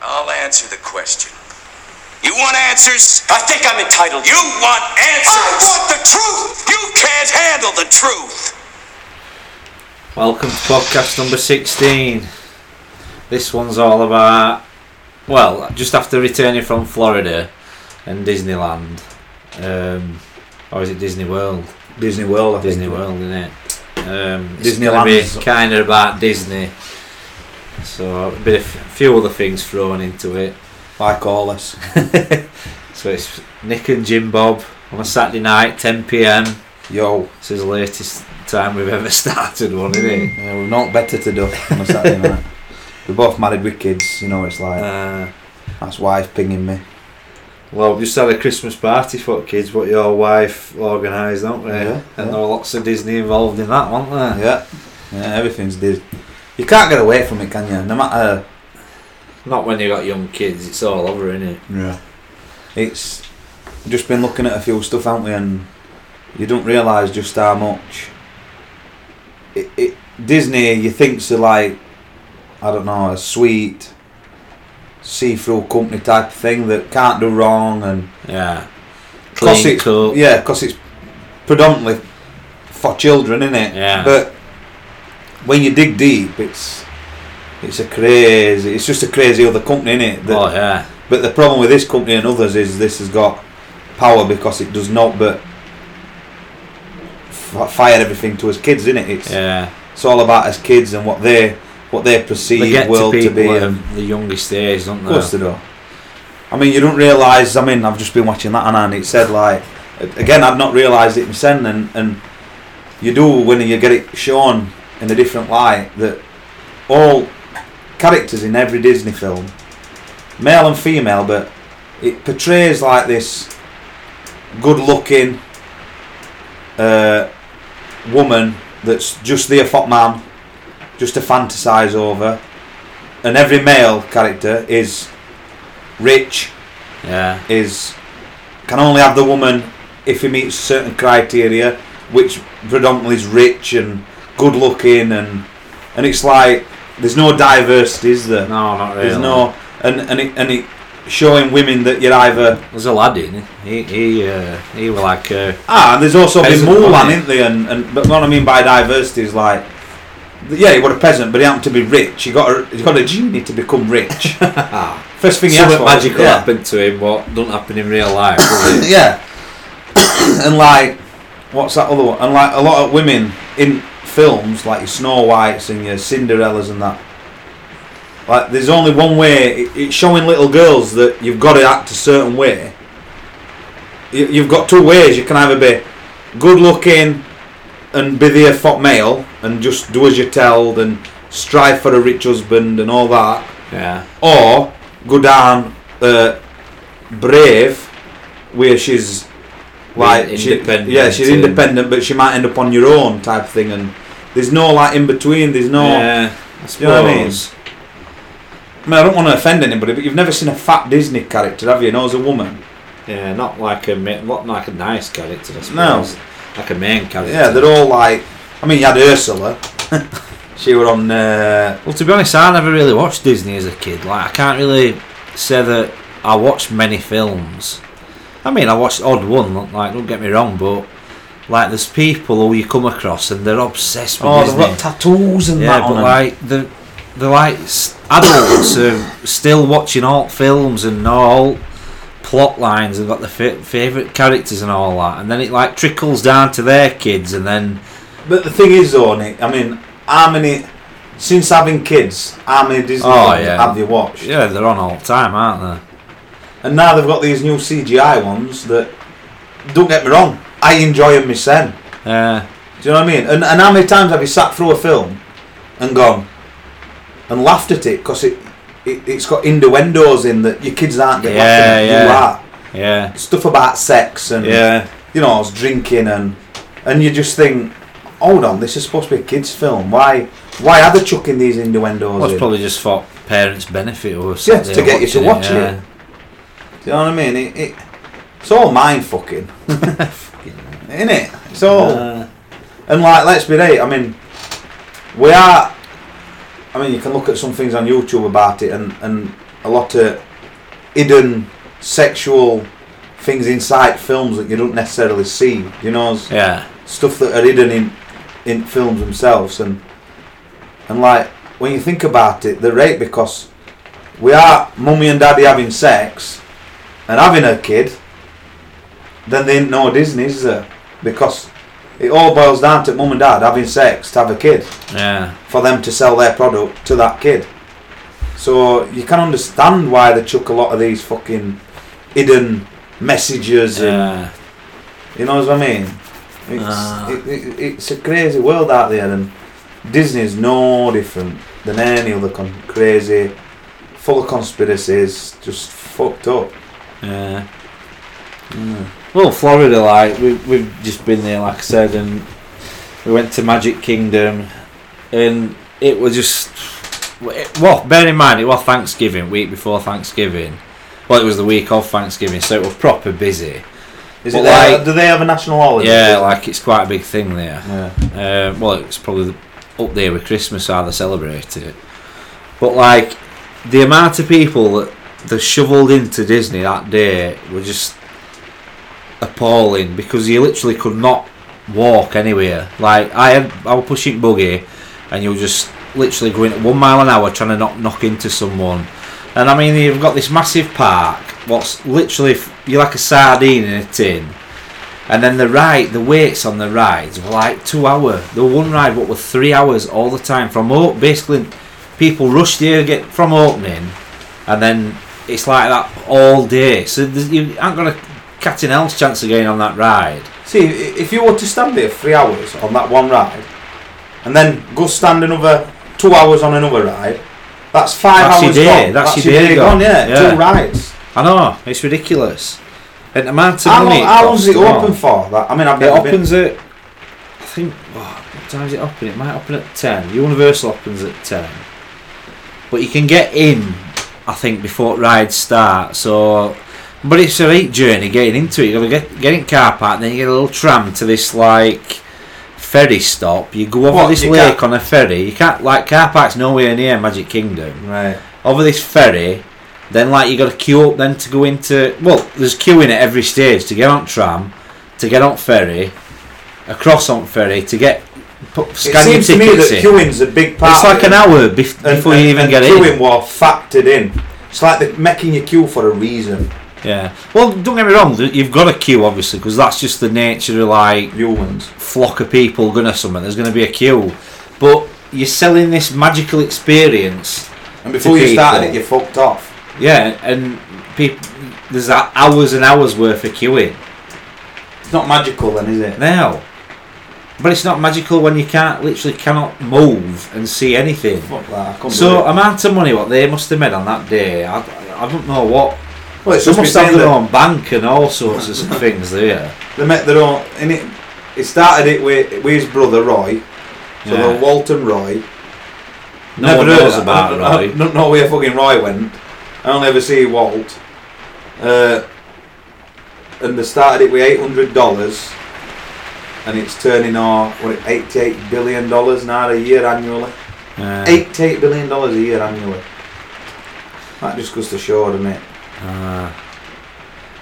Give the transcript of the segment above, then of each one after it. I'll answer the question. You want answers? I think I'm entitled. You want I answers? want the truth. You can't handle the truth. Welcome to podcast number 16. This one's all about, well, just after returning from Florida and Disneyland. Um, or is it Disney World? Disney World. I Disney think. World, isn't it? Um, it's gonna be Disneyland's- kind of about Disney. So, a bit of a few other things thrown into it. Like all us. So, it's Nick and Jim Bob on a Saturday night, 10 pm. Yo, This is the latest time we've ever started one, isn't it? yeah, we've not better to do on a Saturday night. We're both married with kids, you know. It's like Uh, that's wife pinging me. Well, we just had a Christmas party for the kids, but your wife organised, don't we? Yeah, and yeah. there were lots of Disney involved in that, weren't there? Yeah, yeah. Everything's Disney. You can't get away from it, can you? No matter. Not when you got young kids, it's all over, isn't it? Yeah. It's we've just been looking at a few stuff, haven't we? And you don't realise just how much. It, it Disney, you think's a like, I don't know, a sweet, see-through company type of thing that can't do wrong and. Yeah. Cause Clean it- cut. Yeah, because it's predominantly for children, isn't it? Yeah. But when you dig deep, it's it's a crazy. It's just a crazy other company, innit? That, Oh, yeah. But the problem with this company and others is this has got power because it does not but f- fire everything to us kids, innit? It's Yeah. it's all about us kids and what they what they perceive They get to world people to be. at and- the youngest age, don't of course they? they do. I mean, you don't realise. I mean, I've just been watching that, and it said like, again, I've not realised it myself, and and you do when you get it shown in a different light that all characters in every Disney film, male and female, but it portrays like this good-looking uh, woman that's just there for man, just to fantasise over, and every male character is rich, Yeah. is can only have the woman if he meets certain criteria, which predominantly is rich and good looking, and and it's like there's no diversity, is there? No, not really. there's no, and and it, and it showing women that you're either There's a lad in. He he uh, he were like uh, ah, and there's also been Peasant, Mulan, wasn't it? isn't there? And, and but what I mean by diversity is like. Yeah, he was a peasant, but he happened to be rich. He got a, he got a genie to become rich. First thing he asked something for, magical yeah. happened to him, what don't happen in real life. does it? yeah. and like, what's that other one? And like a lot of women in films, like your Snow Whites and your Cinderellas and that. Like, there's only one way. It, it's showing little girls that you've got to act a certain way. You, you've got two ways. You can either be good looking and be the fop male and just do as you're told and strive for a rich husband and all that yeah. or go down uh, Brave, where she's like Being she- independent yeah, she's and- independent, but she might end up on your own type thing, and there's no like in between. There's no. Yeah. I You know what I mean? suppose. I mean, I don't want to offend anybody, but you've never seen a fat Disney character, have you? No, as a woman. Yeah, not like a ma- not like a nice character. I suppose. No. like a main character. Yeah, they're all like. I mean, you had Ursula. she were on. Uh, Well, to be honest, I never really watched Disney as a kid. Like, I can't really say that I watched many films. I mean, I watched odd one. not- Like, don't get me wrong, but like, there's people who you come across and they're obsessed with oh, they've Disney. got tattoos and yeah, that but on them. like the the like s- adults are still watching alt films and know alt plot lines and got their fa- favorite characters and all that, and then it like trickles down to their kids, and then But the thing is, though, Nick. I mean, how many? Since having kids, how many Disney Oh, films yeah. have you watched? yeah, they're on all the time, aren't they? And now they've got these new CGI ones that, don't get me wrong, I enjoy them myself. Yeah. Do you know what I mean? And, and how many times have you sat through a film and gone and laughed at it because it, it, it's got innuendos in that your kids aren't getting Yeah, laughing at. You yeah. are. Yeah. Stuff about sex and, Yeah. you know, it's drinking and, and you just think, hold on, this is supposed to be a kids' film. Why why are they chucking these innuendos Well, in? it's probably just for parents' benefit or Yeah, something. to get you to watch it. Do you know what I mean? It, it, it's all mind fucking. Isn't it? It's all. Uh, And like, let's be right. I mean, we are. I mean, you can look at some things on YouTube about it, and and a lot of hidden sexual things inside films that you don't necessarily see. You know, s- Yeah. stuff that are hidden in in films themselves, and and like when you think about it, the rate because we are mummy and daddy having sex and having a kid, then they ain't no Disney, is there? Because it all boils down to mum and dad having sex to have a kid Yeah. for them to sell their product to that kid. So you can understand why they chuck a lot of these fucking hidden messages and Yeah. you know what I mean? It's, Ah. it, it, it's a crazy world out there, and Disney's no different than any other con- crazy, full of conspiracies, just fucked up. Yeah. Well, Florida, like we we've just been there, like I said, and we went to Magic Kingdom, and it was just it, well. Bear in mind, it was Thanksgiving week before Thanksgiving. Well, it was the week of Thanksgiving, so it was proper busy. Is But it there- like- do they have a national holiday? Yeah, like it's quite a big thing there. Yeah. Uh, well, it's probably up there with Christmas how they celebrate it. But like the amount of people that they shoveled into Disney that day were just appalling because you literally could not walk anywhere. Like I had, I was pushing buggy, and you were just literally going at one mile an hour trying to not knock into someone. And I mean, you've got this massive park. What's literally f- you're like a sardine in a tin. And then the ride, the waits on the rides were like two hour. The one ride, what were three hours all the time from open. Basically, people rushed here get from opening, and then it's like that all day. So there's- you ain't got a cat in hell's chance of getting on that ride. See, i- if you were to stand there three hours on that one ride, and then go stand another two hours on another ride, that's five That's your hours day, gone. that's your day gone, yeah, yeah. Two rides. I know it's ridiculous. And the amount of How, money. long, how long's costs it to go open on. for? That I mean, I've It never been. opens at. I think. Oh, what time is it open? It might open at 10. Universal opens at 10. But you can get in, I think, before rides start. So. But it's a eight journey getting into it. You've got to get, get in car park, then you get a little tram to this, like. Ferry stop. You go over What, this you lake can't- on a ferry. You can't like car parks nowhere near Magic Kingdom Right. over this ferry. Then, like, you got to queue up then to go into. Well, there's queuing at every stage to get on tram, to get on ferry, across on ferry to get. Put, It scan your seems to me tickets that in. queuing's a big part. It's of like it. an hour bef- And- before and- you even and get queuing in. were factored in. It's like they're making you queue for a reason. Yeah. Well, don't get me wrong. th- You've got to queue obviously because that's just the nature of like Humans. flock of people gonna something. There's gonna be a queue, but you're selling this magical experience And before you people. started it, you fucked off. Yeah, and peop there's a- hours and hours worth of queuing It's not magical then, is it? now. But it's not magical when you can't literally cannot move and see anything. Fuck that. I couldn't So um, believe amount of money what they must have made on that day, I, I don't know what. it. well, it's They just me must have saying their that own bank and all sorts of things there. they met their own. And it, it started it with, with his brother Roy. So Yeah. the Walton Roy. No one knows about I, it, I, I right? don't know where fucking Roy went. I only ever see Walt. Uh, and they started it with eight hundred dollars, and it's turning on what eighty-eight billion dollars now a year annually. Yeah. Eighty-eight billion dollars a year annually. That just goes to show, doesn't it? Ah.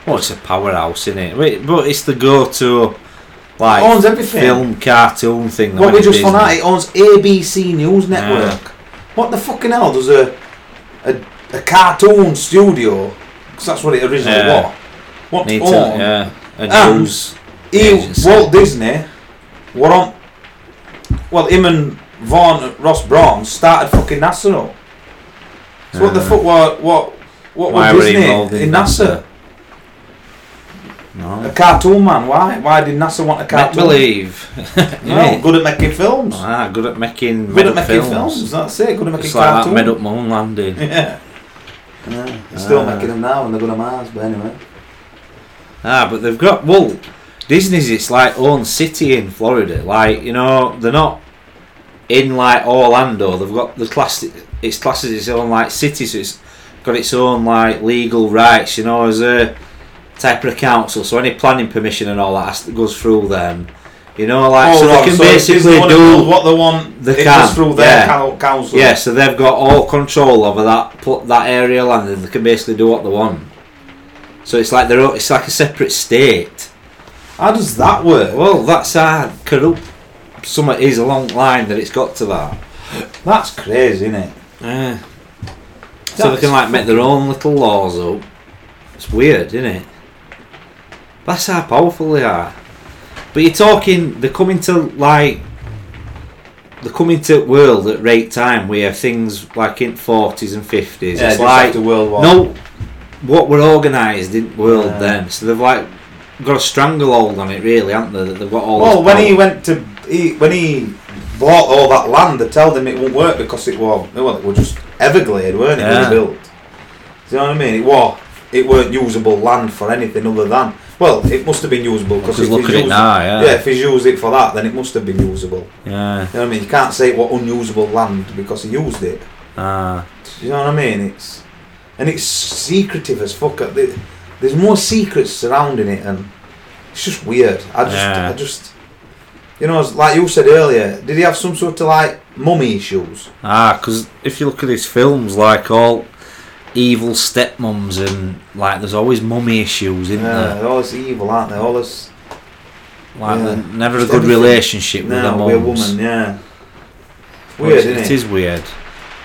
well, it's a powerhouse, isn't it? But it's the go-to, like Owns everything. film, cartoon thing. that What we went in just found out, business. it owns ABC News Network. What the fucking hell does a a, a cartoon studio? Because that's what it originally Yeah. was. What Need to, own? yeah, and And- use. he, Agency. Walt Disney were on. Well, him and Vaughn Ross Braun started fucking NASA. now. So what the Yeah. fuck? What what what Why were were Disney involved in in NASA? A No. cartoon man. Why? Why did NASA want a Can't cartoon? believe. No, good at making films. Ah, good at making. good made at up making films. That's it. Good at making It's like that cartoons. made up moon landing. Yeah. Yeah, they're still Ah. making them now and they're going to Mars, but anyway. Ah, but they've got well, Disney's its like own city in Florida. Like you know, they're not in like Orlando. They've got the class. It's classed as its own like city, so it's got its own like legal rights. You know, as a type of council. So any planning permission and all that has to, goes through them. You know, like Oh, so right, they can so it's basically the one that do knows what they want. They it's can, just through their yeah. coun- council. Yeah, so they've got all control over that pl- that area of land, and they can basically do what they want. So it's like they're o- it's like a separate state. How does that work? Well, that's how corrupt some it is along the line that it's got to that. That's crazy, isn't it? Yeah. So they can like make their own little laws up. It's weird, isn't it? That's how powerful they are. But you're talking, they're coming to like, they're coming to world at rate time where things like in forties and fifties. Yeah, it's just like after World War. no, what were organised in world Yeah. then. So they've like got a stranglehold on it, really, haven't they? That they've got all. Well, this when power. he went to he, when he bought all that land, they told him it won't work because it was well, it was just Everglade, weren't it? when Yeah. It built. Do you know what I mean? It was it weren't usable land for anything other than well, it must have been usable because Because look at it now, yeah. yeah, if he's used it for that, then it must have been usable. yeah, You know what I mean? You can't say it was unusable land because he used it. ah, Do you know what I mean? It's and it's secretive as fuck. There- There's more secrets surrounding it, and it's just weird. I just, Yeah. I just, you know, it's like you said earlier, did he have some sort of like mummy issues? ah, because if you look at his films, like all evil stepmoms and like, there's always mummy issues, isn't Yeah, there? they're all this evil, aren't they? All this Like, Yeah. there's never a Just good everything. relationship with their now mums. we're woman, yeah. It's Well, Weird, it's- isn't it it? is weird.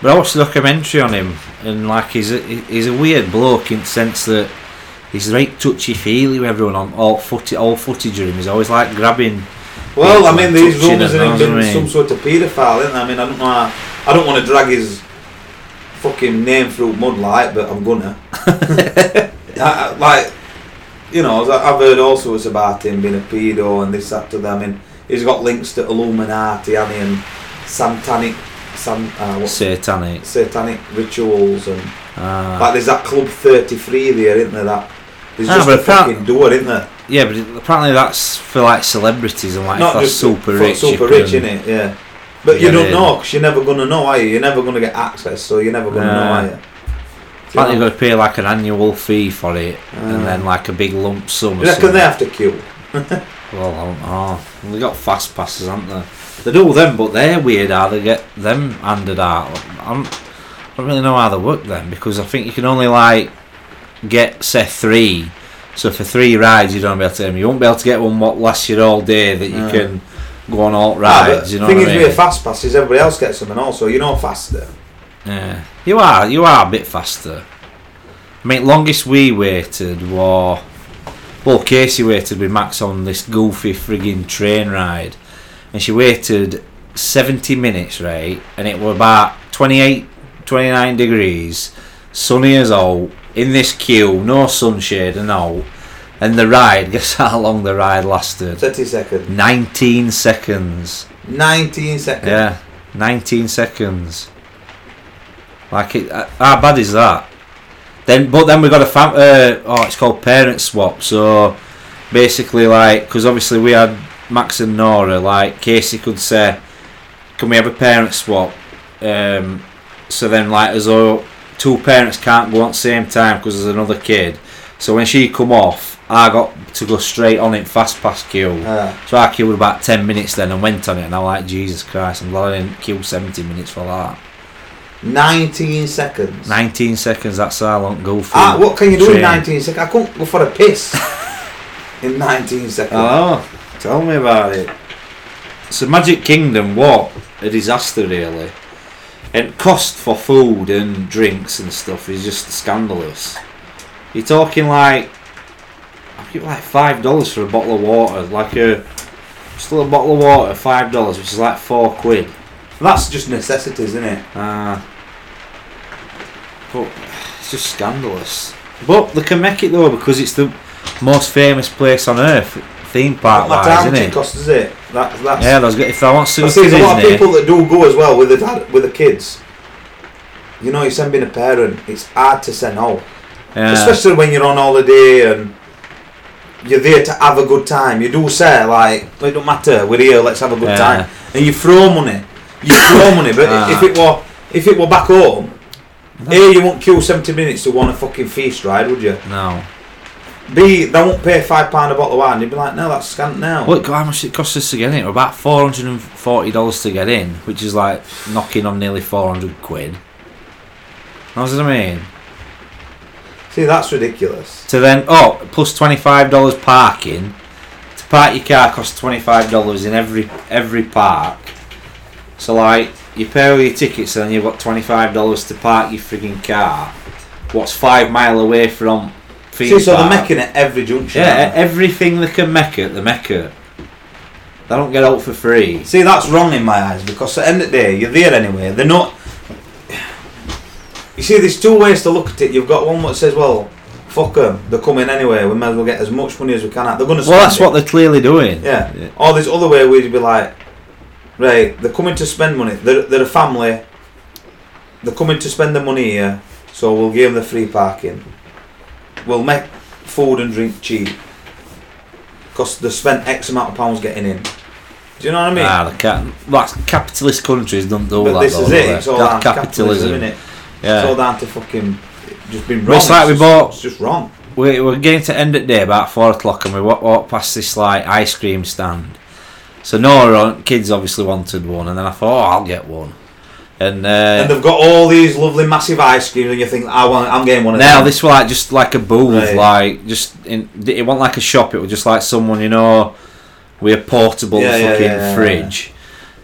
But I watched a documentary on him, and like he's a, he's a weird bloke in the sense that he's right touchy feely with everyone on all footy all footage of him. He's always like grabbing. Well, I It's mean, like these touching rumours it, of him knows what I being mean? some sort of paedophile, isn't there? I mean, I don't know. how- I don't want to drag his fucking name through mudlight, but I'm gonna. I- I- like, you know, I- I've heard all sorts about him being a pedo and this, that, to that. I mean, he's got links to Illuminati hasn't he, and satanic, san, uh, what's Satanic. satanic rituals and Ah. like. There's that Club Thirty Three there, isn't there? That there's Ah, just but a apparent- fucking door, isn't there? yeah, but it- apparently that's for like celebrities and like if not that's just super for rich. you super rich can- in it, yeah. But you Yeah, don't yeah. know because you're never gonna know, are you? You're never gonna get access, so you're never gonna know, Nah. are you? Apparently you've got to pay like an annual fee for it, Ah. and then like a big lump sum. You or reckon something. they have to queue? Well, I don't know. Well, They got fast passes, haven't they? They do them, but they're weird how they get them handed out. I don't, I don't really know how they work then because I think you can only like get say three. So for three rides, you don't be able to. You won't be able to get one what lasts you all day that you Yeah. can go on alt Nah, but rides. you know thing what I is, mean? with a fast pass is everybody else gets them, and also you know faster. yeah, Eh, you are. You are a bit faster. I mean, longest we waited was well, Casey waited with Max on this goofy frigging train ride, and she waited seventy minutes, right? And it were about 28, 29 degrees, sunny as all. In this queue, no sunshade and all, and the ride. Guess how long the ride lasted? Thirty seconds, Nineteen seconds. nineteen seconds. Yeah, 19 seconds. Like it, uh, how bad is that? Then, but then we got a fam- uh, oh, it's called parent swap. So basically, like, because obviously we had Max and Nora. Like Casey could say, "Can we have a parent swap?" Um, so then, like, as though two parents can't go on at the same time because there's another kid. So when she come off, I got to go straight on it fast pass queue. Uh, So I queued about 10 minutes then and went on it, and I'm like, Jesus Christ, I'm glad I didn't queue 70 minutes for that. nineteen seconds. 19 seconds, that's how long go for. Ah, what can you do in train. nineteen seconds? I couldn't go for a piss in nineteen seconds. Oh, tell me about it. So Magic Kingdom, what a disaster, really. And cost for food and drinks and stuff is just scandalous. You're talking like, I think like five dollars for a bottle of water, like a just a little bottle of water, five dollars, which is like four quid. That's just necessities, isn't it? Uh, but it's just scandalous. But they can make it though because it's the most famous place on earth, theme park Not matter how wise, much isn't it it? costs, does it? That, that's Yeah, there's, if I want to I go see to there's a lot of Disney, people that do go as well with the dad, with the kids. You know, you send being a parent, it's hard to say no, yeah, especially when you're on holiday and you're there to have a good time. You do say like, it don't matter, we're here, let's have a good Yeah. time, and you throw money, you throw money. But Ah. if it were if it were back home, here you won't queue seventy minutes to want a fucking feast ride, would you? no, B, they won't pay five pound a bottle of wine. You'd be like, no, that's scant now. Look how much it costs us to get in. About four hundred and forty dollars to get in, which is like knocking on nearly four hundred quid. Know what I mean? See, that's ridiculous. To then oh, plus twenty five dollars parking. To park your car costs twenty five dollars in every every park. So like you pay all your tickets and then you've got twenty five dollars to park your frigging car. What's five mile away from? See, Phoenix so they're Park. making it every junction. Yeah, aren't e- everything they can make it, they make it. They don't get out for free. they? See, that's wrong in my eyes because at the end of the day, you're there anyway. They're not. You see, there's two ways to look at it. You've got one that says, well, fuck them. They're coming anyway. We may as well get as much money as we can out. They're going to Well, that's what they're clearly doing. Yeah. Or this other way where you'd be like, right, they're coming to spend money. They're, they're a family. They're coming to spend the money here, so we'll give them the free parking. We'll make food and drink cheap. Because they spent X amount of pounds getting in. Do you know what I mean? Ah, they can't. That's capitalist countries don't do but that. this though, is do it. they? It's all down That's to capitalism, innit? It's all Yeah. down to fucking just being Well, wrong. it's like we just, bought- It's just wrong. We, we're getting to end at day about four o'clock, and we walk, walk past this like ice cream stand. So Nora, kids obviously wanted one, and then I thought, oh, I'll get one. And, uh, And they've got all these lovely massive ice creams, and you think, I want, I'm getting one of Now them. this was like just like a booth, Right. like just in, it wasn't like a shop. It was just like someone you know, with a portable Yeah, yeah, fucking yeah, yeah, fridge,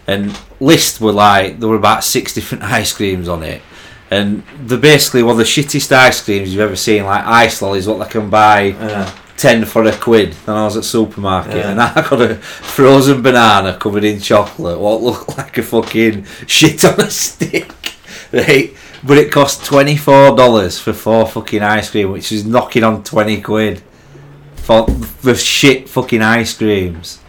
and list were like there were about six different ice creams on it, and they're basically one of the shittiest ice creams you've ever seen. Like ice lollies, what they can buy Yeah. ten for a quid. Then I was at supermarket Yeah. and I got a frozen banana covered in chocolate, what looked like a fucking shit on a stick, right? But it cost twenty four dollars for four fucking ice cream, which is knocking on twenty quid for the shit fucking ice creams.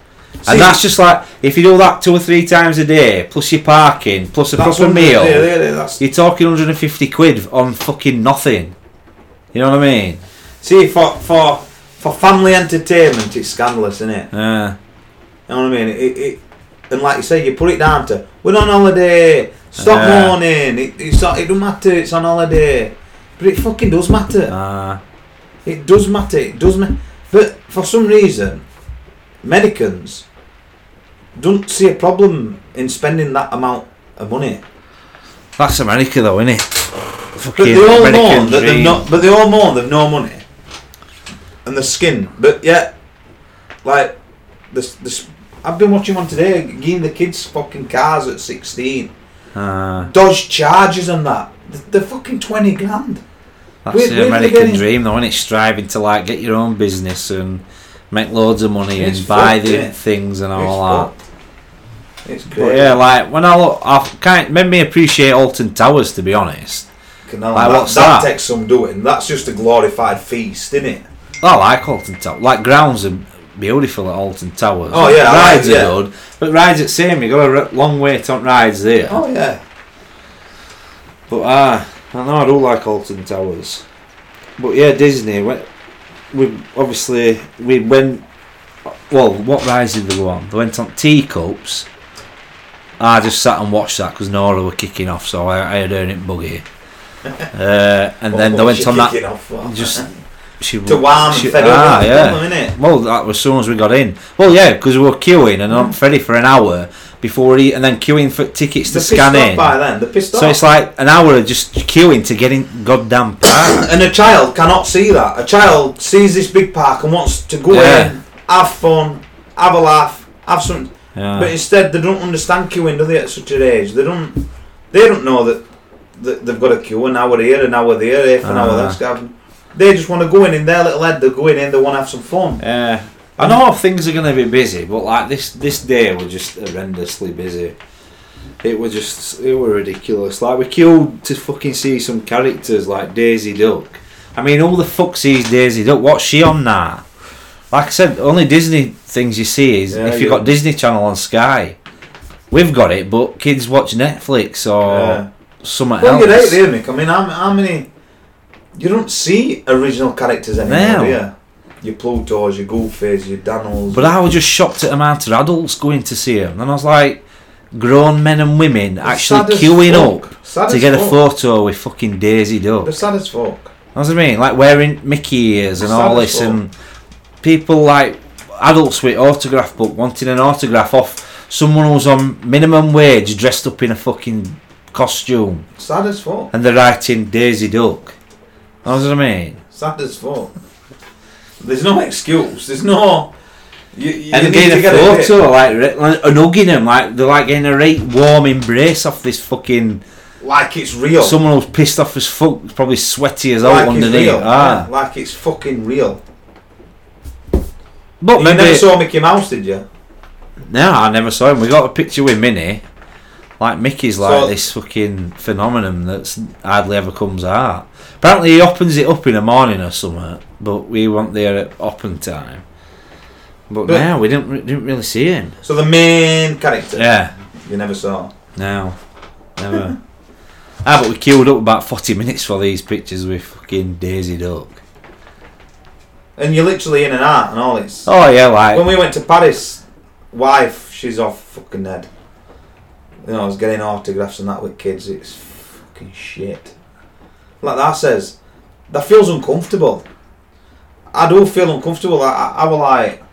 See- and that's just like if you do that two or three times a day, plus your parking, plus a proper what- meal, Yeah, yeah, yeah, that's you're talking 150 quid on fucking nothing. You know what I mean? See, for for for family entertainment, it's scandalous, isn't it? Yeah. You know what I mean? It, it and like you say, you put it down to we're on holiday. Stop Yeah. mourning. It it's not, it don't matter. It's on holiday, but it fucking does matter. Ah. It does matter. It does matter. But for some reason, Americans don't see a problem in spending that amount of money. That's America, though, isn't it? Fucking But they all mourn American that they've dream. not. But they all mourn they've no money, and the skin. But yeah, like this. This I've been watching one today. Getting the kids fucking cars at sixteen, Ah, Dodge Chargers and that. Th- They're fucking twenty grand. that's Where- the where do they American get it? dream, though, isn't it? Striving to like get your own business and make loads of money It's and buy fucked, the innit? things and all that. It's fucked. It's But crazy. yeah, like when I look, I kind of made me appreciate Alton Towers to be honest. Fucking hell, like, that, what's that that? takes some doing. That's just a glorified feast, isn't it? I like Alton Towers. Like grounds are beautiful at Alton Towers. Oh, yeah, I like- rides yeah. are good, but rides at same. You got a r- long way to rides there. Oh yeah. But ah, I know I do like Alton Towers. But yeah, Disney. We, we obviously we went. Well, what rides did they go on? They went on teacups. I just sat and watched that because Nora were kicking off, so I, I had earned it buggy. Uh, and then they Oh, went she's on that. kicking off, what? Just she to warm she- and fed up. ah, yeah. innit? Well, that was soon as we got in. Well, yeah, because we were queuing and Mm. on Freddy for an hour before we, and then queuing for tickets to They're scan pissed off in. by then. They're pissed So off. it's like an hour of just queuing to get in goddamn park. and a child cannot see that. A child sees this big park and wants to go Yeah. in, have fun, have a laugh, have some. But yeah. instead, they don't understand queuing, do they? At such an age, they don't. They don't know that, that they've got a queue an hour here, an hour there, half an hour Ah. that's got. They just want to go in in their little head. They're going in. They want to have some fun. Yeah. uh, I know things are going to be busy, but like this this day was just horrendously busy. It was just it were ridiculous. Like we queued to fucking see some characters like Daisy Duck. I mean, all the fuck sees Daisy Duck? What's she on now? Like I said, only Disney things you see is Yeah, if you've yeah. got Disney Channel on Sky. We've got it, but kids watch Netflix or Yeah. something Well, else. you're right there, Mick. I mean, how, how many? You don't see original characters No. anymore, yeah. Your Plutos, your Goofies, your Danels. But I was just shocked at the amount of adults going to see him. And I was like, grown men and women They're actually sad as queuing fuck. up Sad to as get a fuck. photo with fucking Daisy They're Duck. sad as fuck. That's what I mean. Like wearing Mickey ears and Sad all as this, fuck. and people like adults with autograph book wanting an autograph off someone who's on minimum wage dressed up in a fucking costume Sad as fuck. and they're writing Daisy Duck. That's what I mean. Sad as fuck. There's no excuse. There's no. You, you and need getting to a get a bit- photo, like, re- like an hugging them, like they're like getting a right warm embrace off this fucking like it's real. someone who's pissed off as fuck, probably sweaty as hell Oh. like it's underneath. real. Ah, Yeah, like it's fucking real. but You maybe never saw Mickey Mouse, did you? No, I never saw him. We got a picture with Minnie. Like Mickey's like So- this fucking phenomenon that's hardly ever comes out. Apparently he opens it up in the morning or something, but we weren't there at open time. But, But- no, we didn't re- didn't really see him. So the main character Yeah, you never saw. no, never. ah, but we queued up about forty minutes for these pictures with fucking Daisy Duck. And you're literally in and out and all it's Oh yeah, like when we went to Paris, wife, she's off fucking head. You know, I was getting autographs and that with kids, it's fucking shit. Like that says, that feels uncomfortable. I do feel uncomfortable. I, I, I was like,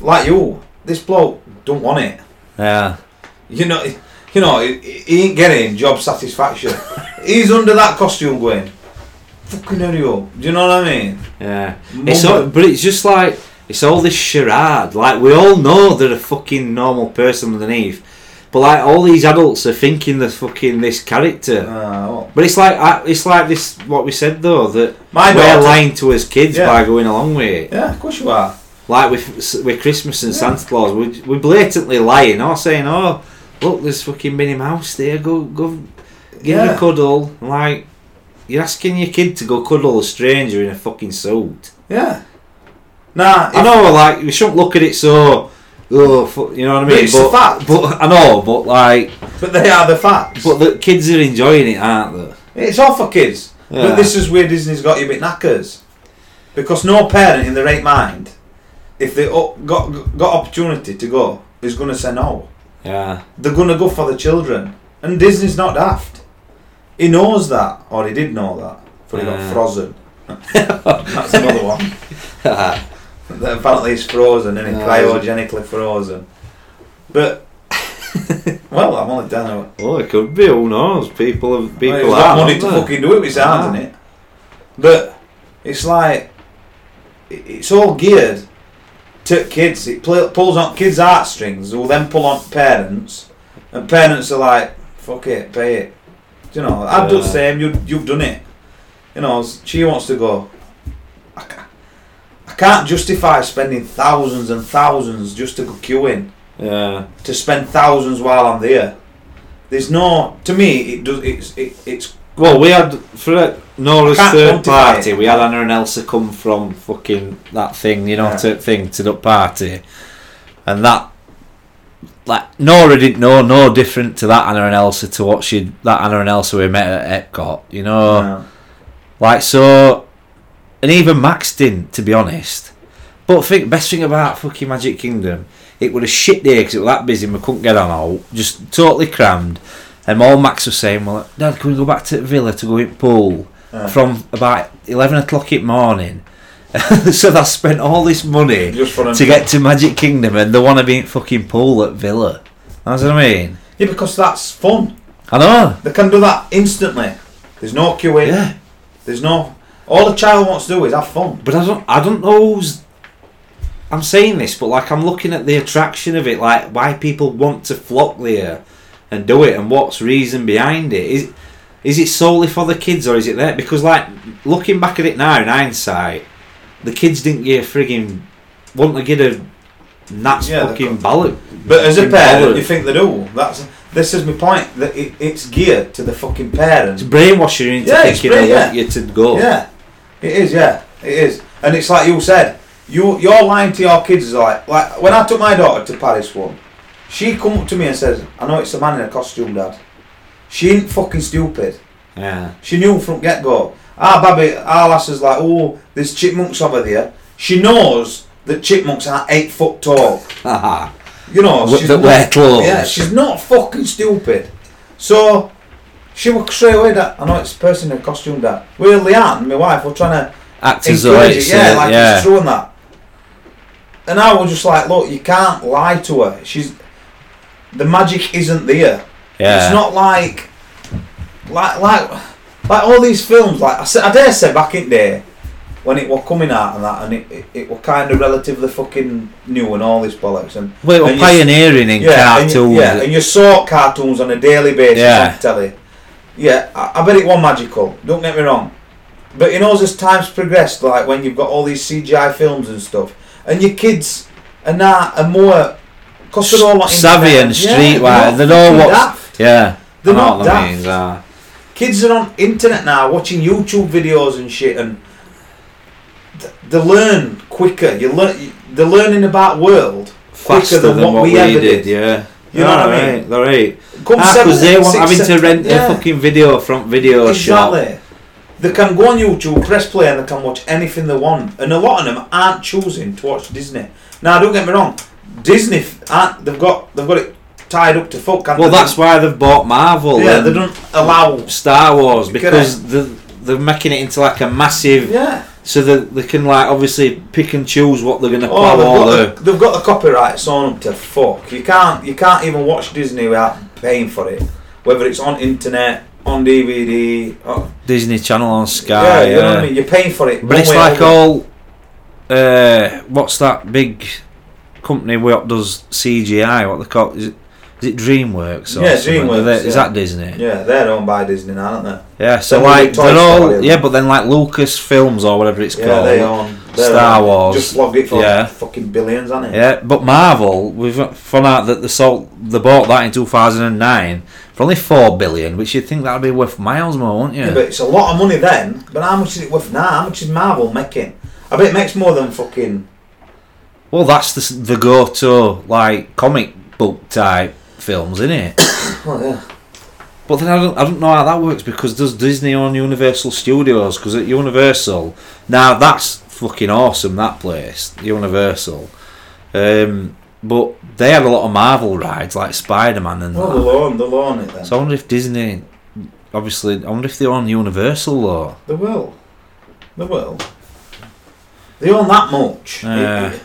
like you, this bloke don't want it. yeah, You know, you know, he, he ain't getting job satisfaction. He's under that costume going, fucking hurry up. Do you know what I mean? yeah. It's Mumble- all, but it's just like it's all this charade. Like we all know they're a fucking normal person underneath, but like all these adults are thinking they're fucking this character. Ah, well. But it's like I- it's like this what we said though that My we're daughter- lying to us kids Yeah. by going along with it. Yeah, of course you are. Like with with Christmas and Santa Claus, we we're blatantly lying or saying, "Oh, look, there's fucking Minnie Mouse there. Go go, give her Yeah. a cuddle." Like you're asking your kid to go cuddle a stranger in a fucking suit. Yeah. Nah, I know, like we shouldn't look at it so. Oh, fu- you know what I mean? But it's a fact. but I know, but like, but they are the facts. but the kids are enjoying it, aren't they? it's all for kids. Yeah. But this is where Disney's got you a bit knackers, because no parent in their right mind, if they o- got got opportunity to go, is gonna say no. Yeah, They're gonna go for the children, and Disney's not daft. He knows that, or he did know that, for he Yeah. got frozen. That's another one. That apparently he's frozen, and he Yeah. cryogenically frozen. But well, I'm only telling you. what- well, Oh, it could be. Who knows? People have people Well, he's are got money to aren't they? fucking do it with his hands, Yeah. isn't it? But it's like it- it's all geared to kids. It pl- pulls on kids' heartstrings, who then pull on parents, and parents are like, "Fuck it, pay it." Do you know, I've done the Yeah. same. You you've done it. You know, s- she wants to go. I ca- I can't justify spending thousands and thousands just to go queuing Yeah, to spend thousands while I'm there. There's no, to me, it does. It's it, it's Well, we had for Nora's Can't third quantify party. it. We had Anna and Elsa come from fucking that thing, you know, Yeah. to thing to the party, and that like Nora didn't know no different to that Anna and Elsa to what she that Anna and Elsa we met at Epcot, you know, No. like so, and even Max didn't, to be honest. But think best thing about fucking Magic Kingdom, it was a shit day because it was that busy and we couldn't get on all, just totally crammed. And all Max was saying, "Well, Dad, can we go back to the villa to go in pool Yeah. from about eleven o'clock in morning?" so they spent all this money Just for them to get to Magic Kingdom, and they want to be in fucking pool at Villa. That's what I mean. Yeah, because that's fun. I know. They can do that instantly. There's no queuing. Yeah. There's no. All the child wants to do is have fun. But I don't, I don't know who's. I'm saying this, but like I'm looking at the attraction of it, like why people want to flock there and do it, and what's reason behind it? Is is it solely for the kids or is it there? Because like looking back at it now in hindsight, the kids didn't get a frigging want to get a nuts Yeah, they fucking couldn't. ballot. But as a fucking parent, ballot. you think they do. That's this is my point. That it, it's geared to the fucking parents. it's brainwashing you into Yeah, it's thinking they brain- want you to go. Yeah, it is. Yeah, it is. And it's like you said, you you're lying to your kids. Like like when I took my daughter to Paris one, she come up to me and says, "I know it's a man in a costume, Dad." She ain't fucking stupid. yeah, She knew from get go. Our baby, our lass is like, oh, there's chipmunks over there. She knows that chipmunks are eight foot tall. haha. You know, With she's the not, wet clothes. Yeah, she's not fucking stupid. So She was straight away that I know it's a person in a costume that. We Leanne, my wife, were trying to Act as though encourage it, it's yeah, like yeah. it's true and that. And I was just like, look, you can't lie to her. She's the magic isn't there. yeah. It's not like like like like all these films. Like I, s- I dare say back in day when it were coming out and that, and it it, it were kind of relatively fucking new and all this bollocks and well, we're and you- pioneering in and cartoons. you, yeah, and you saw cartoons on a daily basis Yeah. on telly. Yeah, I, I bet it was magical. Don't get me wrong, but you know as times progressed, like when you've got all these CGI films and stuff, and your kids and that are more. Cause they're all not Savvy and internet. streetwise. Yeah, They're all fucking what- daft. yeah. They're I know not what daft. the means uh, are. Kids are on internet now, watching YouTube videos and shit, and th- they learn quicker. You learn, they're learning about world Faster quicker than, what, we, ever did. yeah. You know what I Alright, mean? alright. Come Ah, 'cause seven, they weren't six, having to seven- rent yeah. a fucking video front video shop. Exactly. They can go on YouTube, press play, and they can watch anything they want. And a lot of them aren't choosing to watch Disney. Now, don't get me wrong, Disney f- aren't. They've got they've got it tied up to fuck. can't Well, they? that's why they've bought Marvel. yeah. They and don't allow. Star Wars Correct. because they're, they're making it into like a massive, Yeah. so that they can like obviously pick and choose what they're going to Oh, plow they've all got, the. the, they've got the copyrights on 'em to fuck. You can't you can't even watch Disney without paying for it, whether it's on internet, on DVD. Or, Disney Channel on Sky. oh, yeah, Yeah, you know what I mean. You're paying for it. But one it's way or like the other. all. Uh, what's that big company what does CGI? What they call is it? Is it DreamWorks? Or Yeah, something? DreamWorks, Are they- Is yeah. that Disney? Yeah, they're owned by Disney now, aren't they? Yeah, so Then we like did Toy they're all Story. yeah, but then like Lucas Films or whatever it's Yeah, called. they own they're Star on- Wars. Just flogged it for Yeah. fucking billions, hasn't it? Yeah, but Marvel, we've found out that they sold they bought that in two thousand and nine for only four billion, which you'd think that'd be worth miles more, wouldn't you? But it's a lot of money then. But how much is it worth now? How much is Marvel making? I bet it makes more than fucking. well, that's the s- the go to like comic book type films, isn't it? Well, oh, yeah. but then I don't I don't know how that works because does Disney own Universal Studios? Because at Universal now that's fucking awesome that place Universal, um, but they had a lot of Marvel rides like Spider Man and Well, that. they'll own, they'll own it then. So I wonder if Disney, obviously, I wonder if they own Universal or they will. They will. They own that much. It- Yeah. it-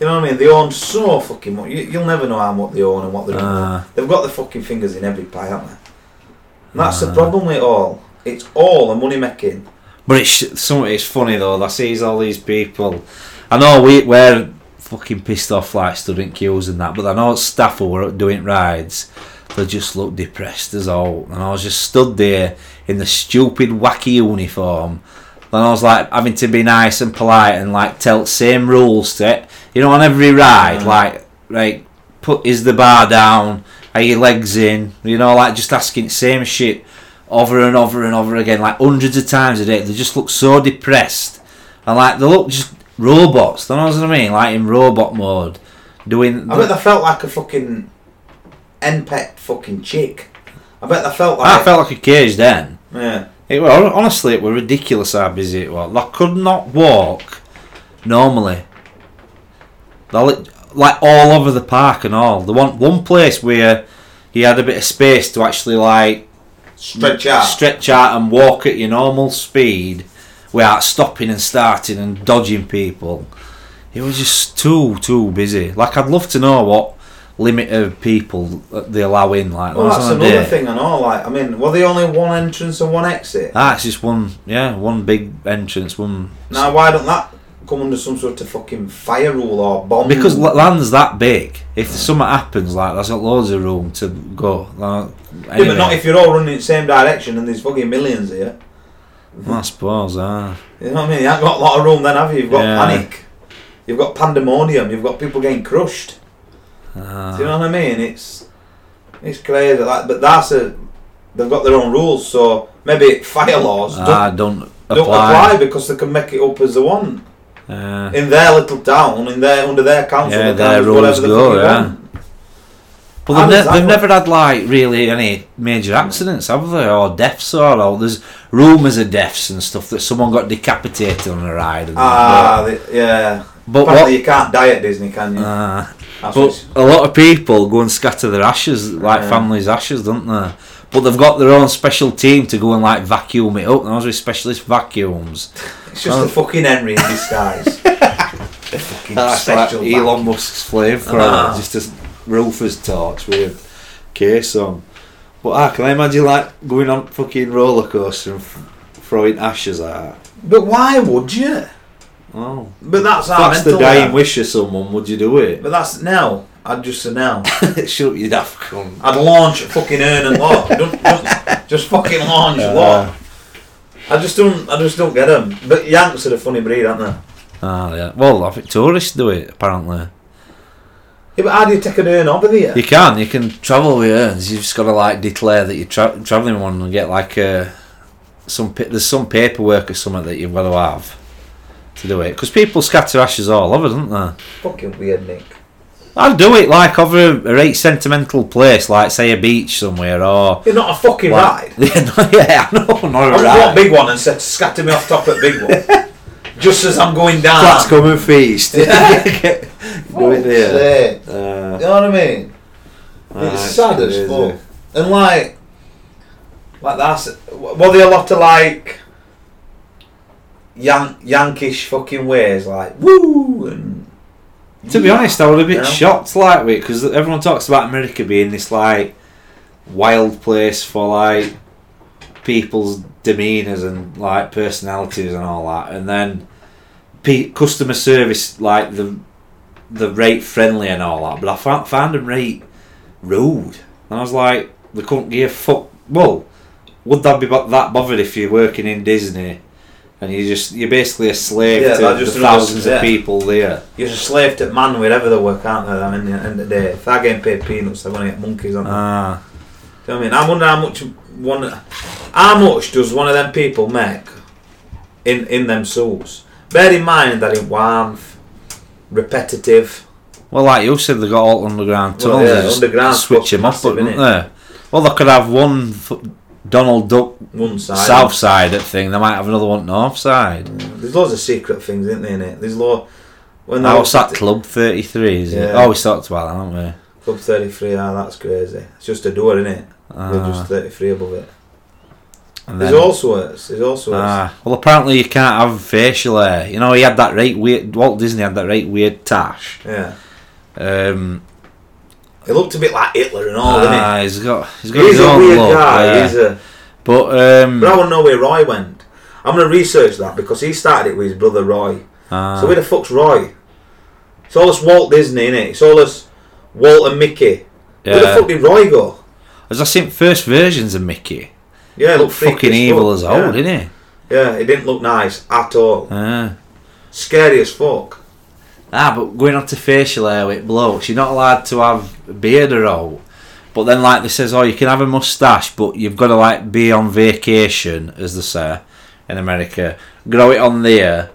you know what I mean? They own so fucking much. You, you'll never know how much they own and what they don't own. uh, They've got the fucking fingers in every pie, haven't they? And that's Uh. the problem with it all. It's all a money making. but it's some. It's funny though. that I sees all these people. I know we we're fucking pissed off like student queues and that, but I know staff who were doing rides. They just looked depressed as all, and I was just stood there in the stupid wacky uniform. And I was like having to be nice and polite and like tell same rules to you know on every ride Mm. like like put is the bar down are your legs in you know like just asking same shit over and over and over again like hundreds of times a day they just look so depressed and like they look just robots do you know what I mean like in robot mode doing I bet they felt like a fucking NPET fucking chick. I bet they felt like. I Ah, felt like a cage then Yeah. It were honestly, it were ridiculous how busy it was. I could not walk normally. They li- Like all over the park and all. The one one place where you had a bit of space to actually like Stretch out. stretch out and walk at your normal speed without stopping and starting and dodging people. It was just too too busy. Like I'd love to know what limit of people that they allow in. Like well, that's that's on a day. another thing, I know. Like, I mean, were they only one entrance and one exit? Ah, it's just one, yeah, one big entrance, one. Now, why don't that come under some sort of fucking fire rule or bomb? Because rule? l- land's that big, if something happens, like that's got loads of room to go. Like, yeah, anyway, but not if you're all running in the same direction and there's fucking millions here. I suppose, ah. You know what I mean? You ain't got a lot of room then, have you? You've got Yeah. panic. You've got pandemonium. You've got people getting crushed. ah. Do you know what I mean? It's it's crazy. Like, but that's a they've got their own rules, so maybe fire laws don't, Ah, don't, don't apply. apply because they can make it up as they want Ah. in their little town, in their under their council. Yeah, they can their do rules whatever they go, fucking yeah. want. but how they've, does ne- that they've work? never had like really any major accidents, have they? Or deaths or all. There's rumours of deaths and stuff that someone got decapitated on a ride. And Ah, they, yeah. but Apparently what? you can't die at Disney, can you? Ah. That's But what's- a lot of people go and scatter their ashes, like Yeah. families' ashes, don't they? But they've got their own special team to go and like vacuum it up. Those are specialist vacuums. It's just a fucking Henry in disguise. fucking That's like special Elon vacuum. Musk's flamethrower, I know. just as Rulfer's torch with case on. But ah, can I imagine like going on fucking roller coaster and f- throwing ashes at? her? But why would you? Oh, But that's if our that's the mental dying health. wish of someone. Would you do it? But that's no. I'd just say no. Shoot you daft cunt. I'd launch a fucking urn and lock. Don't, don't, just fucking launch lock. I just don't. I just don't get them. But Yanks are a funny breed, aren't they? Ah, yeah. Well, I think tourists do it apparently. Yeah, but how do you take an urn over there? You can, you can travel with urns. You've just got to like declare that you're tra- traveling with one and get like a some pa- there's some paperwork or something that you've got to have to do it. Because people scatter ashes all over, don't they? Fucking weird, Nick. I'd do it like over a, a right sentimental place, like say a beach somewhere or. You're not a fucking Like, ride. yeah, no, yeah, I know, not I a want ride. big one and said scatter me off top at big one. just as I'm going down. Glasgow and feast. Yeah. Ah. do it there. Shit. Uh, You know what I mean? ah, it's sad crazy. as fuck. And like, like that's were they a lot of like Yan- Yankish fucking ways, like woo and To be honest, I was a bit Yeah. shocked, like, because everyone talks about America being this like wild place for like people's demeanors and like personalities and all that, and then pe- customer service, like the the rate friendly and all that. But I found, found them rate rude, and I was like, they couldn't give a fuck. Well, would that be bo- that bothered if you're working in Disney? And you just you're basically a slave Yeah, to they're the just another- thousands yeah. of people there. you're a slave to man wherever they work, aren't they? I mean, at the end of the day, if they're getting paid peanuts, they're going to get monkeys on. them. Ah, Do you know what I mean? I wonder how much one, how much does one of them people make in in them suits? Bear in mind that it warm, repetitive. Well, like you said, they got all underground Well, tunnels. yeah, they just underground switch stuff's them up, massive, wouldn't innit? they? Well, they could have one f- Donald Duck One side, south side thing. They might have another one north side. There's loads of secret things, isn't there? Innit? There's lo when Now, they- what's that club thirty three? Is it? Yeah. Oh, we talked about that, haven't we? Club 33, ah, that's crazy. It's just a door, isn't it? They're Ah, just 33 above it. and There's then- also worse. There's also worse. Ah, well, apparently you can't have facial hair. You know, he had that right weird. Walt Disney had that right weird tash. Yeah. Um, It looked a bit like Hitler and all, ah, he's got he's got didn't it? Oh, He's his a own weird look. guy. yeah. Hmm. He's a, but um, but I want to know where Roy went. I'm going to research that because he started it with his brother Roy. ah, So where the fuck's Roy? It's all us Walt Disney, innit? It's all us Walt and Mickey. Where yeah. the fuck did Roy go? as I seen first versions of Mickey, Yeah, it looked freaky fucking as evil fuck. as hell, yeah. didn't he? Yeah, it didn't look nice at all. Ah. Scary as fuck. Ah, but going on to facial hair with blokes, you're not allowed to have a beard or all. But then, like they says, oh, you can have a mustache, but you've got to like be on vacation, as they say in America. Grow it on there,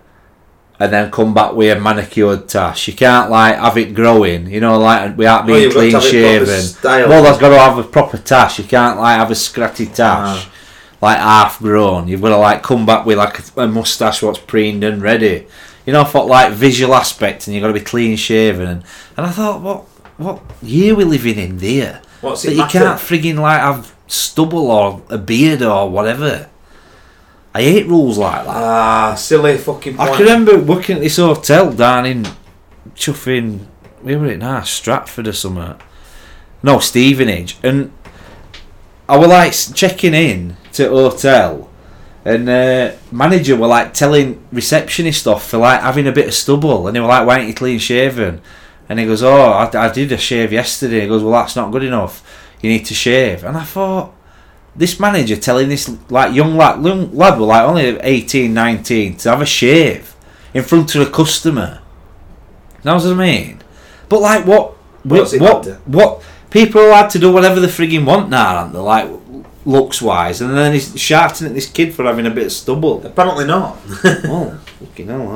and then come back with a manicured tash. You can't like have it growing, you know, like without Well, being you've got to clean have it proper shaven. styled. Ah. Well, that's got to have a proper tash. You can't like have a scratty tash, like half grown. You've got to like come back with like a, a mustache, what's preened and ready. You know, I thought like visual aspect, and you've got to be clean shaven. And, and I thought, what what year we living in there? What's that it you matter? can't frigging like have stubble or a beard or whatever. I hate rules like that. Ah, silly fucking point. I can remember working at this hotel down in chuffing where were it now? Stratford or somewhere. No, Stevenage. And I were like s- checking in to hotel and uh, manager were like telling receptionist off for like having a bit of stubble and they were like, Why aren't you clean shaven? And he goes, Oh, I, I did a shave yesterday. He goes, Well that's not good enough. You need to shave and I thought this manager telling this like young lad, young lad were like only 18, 19 to have a shave in front of a customer. Knows what I mean? But like what? What? What's it What, matter? what? People are allowed to do whatever they frigging want now, aren't they? Like looks wise, and then he's shouting at this kid for having a bit of stubble. Apparently not. oh, fucking hell!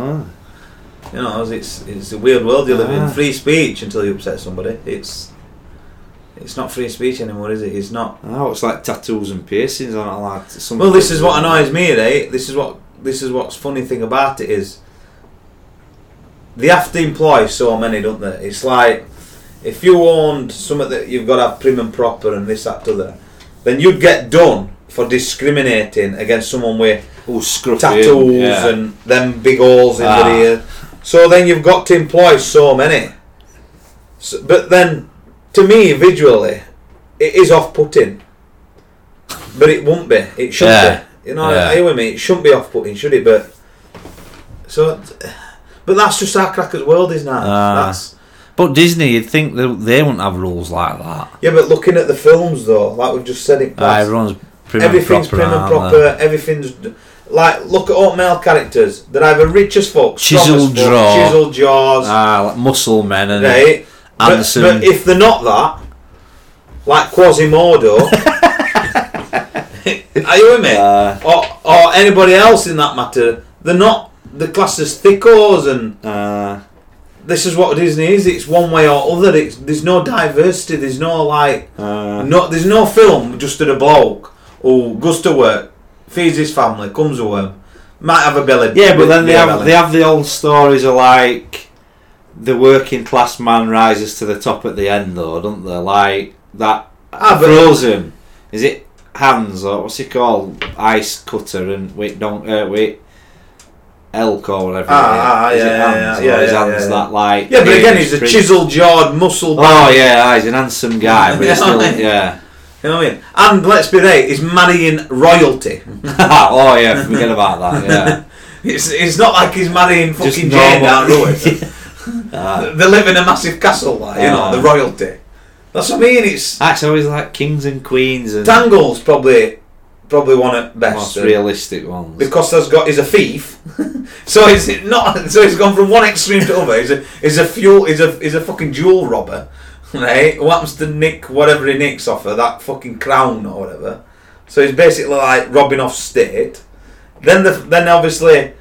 Huh? you know, it's it's a weird world you live Ah. in. Free speech until you upset somebody. It's it's not free speech anymore, is it? It's not. Oh, it's like tattoos and piercings aren't allowed. To, some Well, this is what annoys me, right? This is what this is what's funny thing about it is they have to employ so many, don't they? It's like if you owned something that you've got to have prim and proper and this that to other, then you'd get done for discriminating against someone with Oh, scruffy. tattoos yeah. and them big holes in Ah. their ear. So then you've got to employ so many. So, but then, to me, visually, it is off-putting. But it won't be. It shouldn't Yeah. be. You know, Yeah. are you with me? It shouldn't be off-putting, should it? But so, but that's just our crackers world, isn't it? Ah. That's But Disney, you'd think that they wouldn't have rules like that. yeah. But looking at the films, though, like we've just said, it. Uh, everyone's prim and Everything's proper. prim and aren't they? proper. Everything's d- like look at oatmeal characters. They're either rich as fuck, strong Chiseled as fuck, jaw. chiseled jaws, Ah, like muscle men and right? But, Anderson. but if they're not that, like Quasimodo, are you with me? Uh, or, or anybody else in that matter, they're not the class as thickos and uh, this is what Disney is. It's one way or other. It's there's no diversity. There's no like uh, no, there's no film just to the bloke who goes to work, feeds his family, comes home, might have a belly. yeah, but then they yeah, have belly. they have the old stories of like the working class man rises to the top at the end, though, don't they? Like that Ah, but- Frozen. Is it Hans or what's it called? Ice Cutter and wait, don't uh, wait. Elk or whatever. Ah, it is. Is ah, it yeah, Hans yeah, or yeah, is yeah, Hans yeah. that like? yeah, but again, famous he's a prince? chisel jawed, muscle. Oh yeah, he's an handsome guy, but he's Yeah. still yeah. You know what I mean? And let's be there, he's marrying royalty. oh yeah, forget about that. Yeah, It's, it's not like he's marrying Just fucking Jane down normal. Lewis. Ah. They live in a massive castle, like, you Ah. know, the royalty. That's what I mean. It's That's always like kings and queens and Tangle's probably probably one at most best. and- realistic ones. because has got is a thief. so is it not? So he's gone from one extreme to other. He's a he's a fuel. He's a he's a fucking jewel robber, right? What happens to Nick? Whatever he nicks off her, that fucking crown or whatever. So he's basically like robbing off state. Then the then obviously,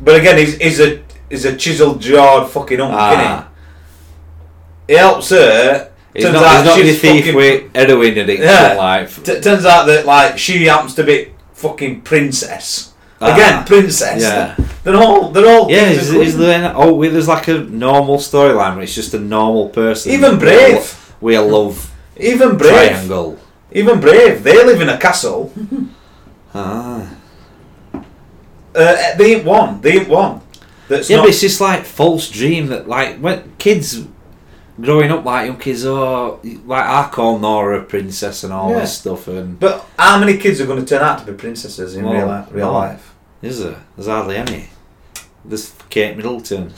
but again, he's he's a he's a chisel jawed fucking hunk, ah, innit? He helps her. he's turns not, out he's not your she's thief fucking- with heroin addiction. Yeah. Like T- turns out that like she happens to be fucking princess again, Ah, princess. yeah. they're all they're all yeah, things is, that is couldn't- there, oh, wait, there's like a normal storyline, but it's just a normal person. Even Brave. we a love even brave, triangle. even brave. They live in a castle. Ah. Uh, they ain't one. They ain't one. That's yeah, not. but it's just like false dream that like when kids growing up, like young kids, oh, like I call Nora a princess and all Yeah. this stuff, and But how many kids are going to turn out to be princesses in Well, real life? Real no. life. Is there? There's hardly any. There's Kate Middleton.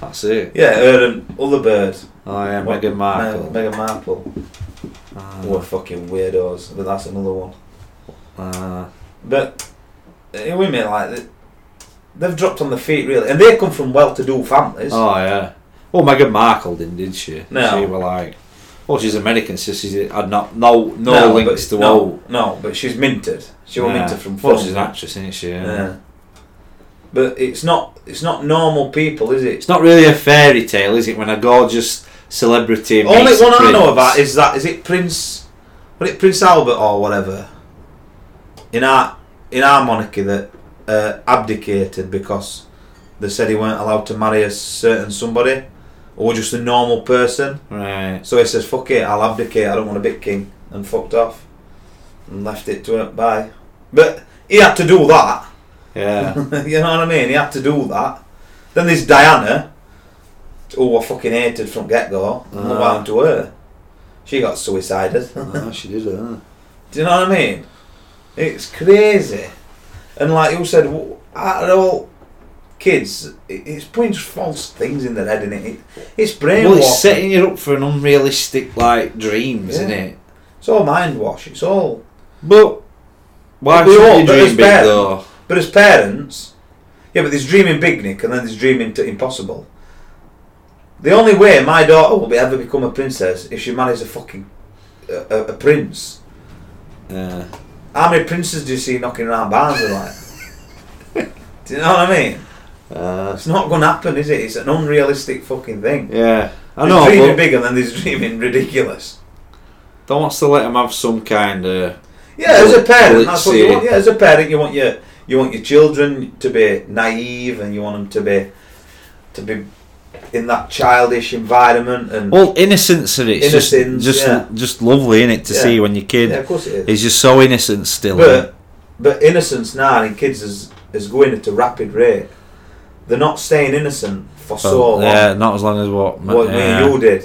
That's it. Yeah, her and other bird. Oh yeah, What- Meghan Markle. Me- Meghan Markle. Ah, What fucking weirdos. But that's another one. ah. But uh, women like they- they've dropped on their feet really, and they come from well-to-do families. oh yeah. Well, Meghan Markle didn't, did she? No. She were like, well, she's American, so she had not no no, but- links to no, all. No, but she's minted. She was minted from Well, films. she's an actress, isn't she? Yeah. Yeah. But it's not it's not normal people, is it? It's not really a fairy tale, is it? When a gorgeous celebrity. Only meets a one I know prince. about is that is it Prince was it Prince Albert or whatever? In our in our monarchy that uh, abdicated because they said he weren't allowed to marry a certain somebody or just a normal person. right. So he says, Fuck it, I'll abdicate, I don't want to be king and fucked off. And left it to it by. But he had to do that. Yeah. you know what I mean? He had to do that. Then there's Diana, who I fucking hated from get go. And What Ah. happened to her? She got suicided. do Oh, she did it. you know what I mean? It's crazy. And like you said, w- out of all kids, i- it's putting false things in their head, innit? It, it's brainwashing. Well, it's setting you up for an unrealistic like dreams, Yeah. isn't it? It's all mind wash. It's all But why But we should all- you but dream it's big better. though? But as parents, yeah, but there's dreaming big, Nick, and then there's dreaming to impossible. The only way my daughter will be ever become a princess if she marries a fucking a, a, a prince. Yeah. How many princes do you see knocking around barns and like? do you know what I mean? Uh, It's not going to happen, is it? It's an unrealistic fucking thing. yeah. I There's know. dreaming But big and then there's dreaming ridiculous. don't want to let them have some kind of. Yeah, as a Well, parent, well, it's, that's what you uh, want. Yeah, as a parent, you want your you want your children to be naive and you want them to be to be in that childish environment and Well, innocence of it. It's just, Innocence, just, yeah. just lovely, innit, to Yeah. see when your kid yeah, of course it is. is just so innocent still. But but innocence now in kids is is going at a rapid rate. They're not staying innocent for Well, so long. yeah, not as long as what. ma- what me yeah. and you did.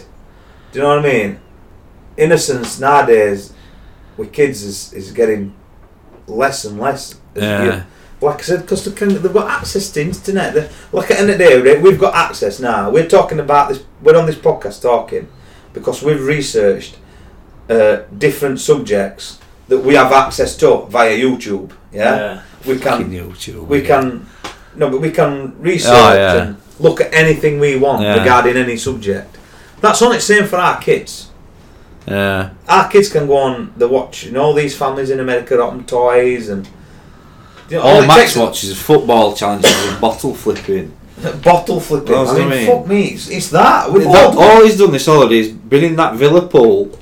Do you know what I mean? Innocence nowadays with kids is, is getting less and less. Yeah. Like I said, because they can, they've got access to internet. They- Like at the end of the day, Rick, we've got access now. We're talking about this. We're on this podcast talking because we've researched uh, different subjects that we have access to via YouTube. Yeah, we Fucking can. YouTube, We yeah. can. No, but we can research Oh, yeah. and look at anything we want Yeah. regarding any subject. That's only the same for our kids. Yeah. Our kids can go on the watch, you know, all these families in America rotten toys and. You know, All it Max takes- watches is football challenges and bottle flipping. Bottle flipping. That's I what mean, I mean. fuck me, it's, it's that. We've all That- done- all he's done this holiday is been in that Villa pool,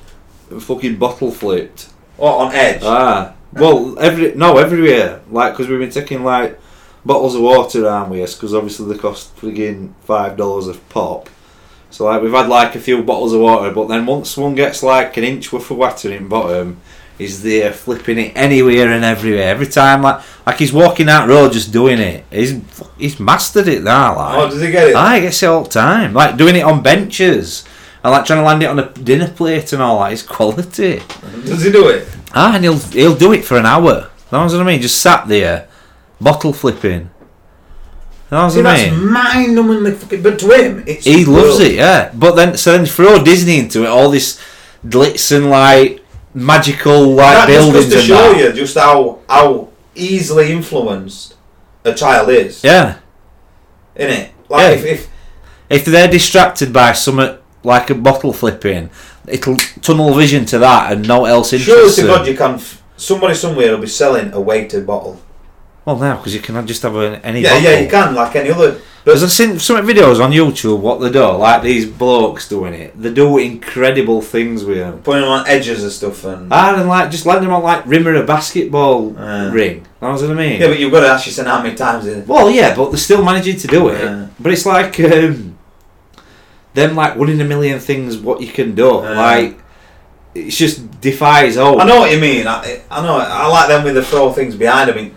and fucking bottle flipped. Oh, on edge. Ah, well, every no, everywhere. Like, because we've been taking like bottles of water around with us, because obviously they cost friggin' five dollars a pop. So like, we've had like a few bottles of water, but then once one gets like an inch worth of water in bottom, he's there flipping it anywhere and everywhere. Every time, like, like he's walking that road just doing it. He's fu- he's mastered it now. Like, oh, does he get it? I guess it all the time. Like doing it on benches and like trying to land it on a dinner plate and all that is quality. Does he do it? Ah, and he'll he'll do it for an hour. That's what I mean. Just sat there, bottle flipping. That's See, what I that's mean. mind-numbingly fucking. But to him, it's He loves world. it, yeah. But then so then throw Disney into it, all this glitz and like magical like that just goes buildings to and show that. you just how how easily influenced a child is. Yeah. In it, like Yeah. if, if If they're distracted by something like a bottle flipping, it'll tunnel vision to that and no else surely interests to them. God you can. F- somebody somewhere will be selling a weighted bottle. Well, now because you can just have a, any. Yeah, bottle. yeah, you can like any other. Because I've seen some videos on YouTube what they do, like these blokes doing it. They do incredible things with them. Putting them on edges and stuff and. Ah, and like just land them on like rim of a basketball Yeah. ring. That's what I mean. Uh. yeah, but you've got to ask yourself how many times. It, well, yeah, but they're still managing to do it. Yeah. But it's like um, them like one in a million things what you can do. Yeah. Like it just defies all. Uh. I know what you mean. I, I know. I like them with the throw things behind them in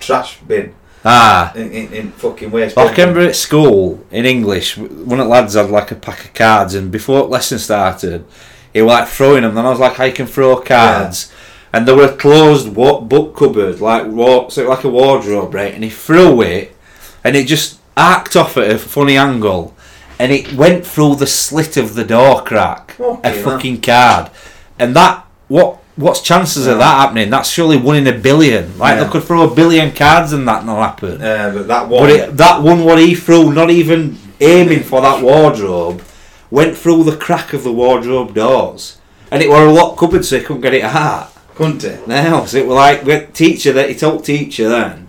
trash bin Ah, in, in, in fucking waste. Well, I bin. can remember at school in English, w- one of the lads had like a pack of cards, and before lesson started, he was like throwing them. And I was like, I can throw cards. And there were a closed wa- book cupboard, like wa- so like a wardrobe, right? And he threw it, and it just arced off at a funny angle, and it went through the slit of the door crack. Fucking a hell. fucking card, and that what what's chances of that happening? That's surely one in a billion. Like Yeah. they could throw a billion cards and that not happen. Yeah, Uh, but that one. But it, that one, what he threw, not even aiming for that wardrobe, went through the crack of the wardrobe doors. And it were a locked cupboard, so he couldn't get it out. couldn't it? Now, so it were like, with teacher that he told teacher then,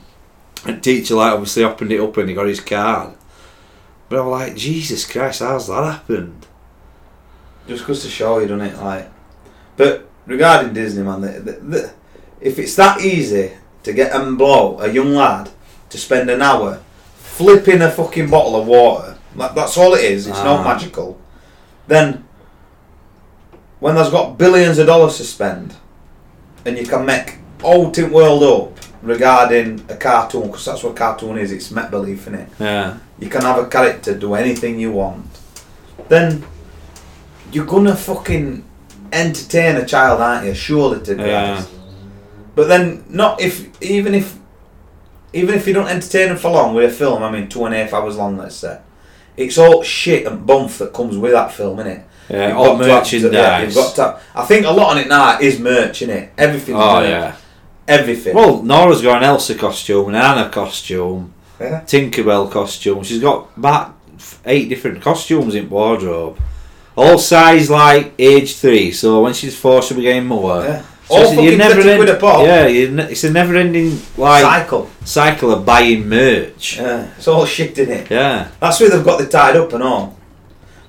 and teacher like obviously opened it up and he got his card. But I was like, Jesus Christ, how's that happened? Just goes to show you, doesn't it? Like, but regarding Disney, man, the, the, the, if it's that easy to get and blow a young lad to spend an hour flipping a fucking bottle of water, like, that's all it is. It's Ah. not magical. Then, when there's got billions of dollars to spend, and you can make whole tin world up regarding a cartoon, because that's what cartoon is. It's make believe, innit? Yeah. You can have a character do anything you want. Then you're gonna fucking entertain a child, aren't you? Surely to Yeah. Christ. But then not if even if even if you don't entertain them for long with a film, I mean two and a half hours long, let's say. It's all shit and bumf that comes with that film, innit? Yeah, You've all got to have- merchandise. yeah, you've got to have- I think a lot on it now is merch, innit? Everything's Oh, merch. yeah. Everything. Well, Nora's got an Elsa costume, an Anna costume, Yeah. Tinkerbell costume. She's got about f- eight different costumes in wardrobe. All size like age three, so when she's four, she'll be getting more. Yeah. So All it's- fucking 30 quid a pop. Yeah, you ne- it's a never-ending like Cycle. cycle of buying merch. Yeah. Yeah. It's all shit, innit? That's where they've got the tied up and all.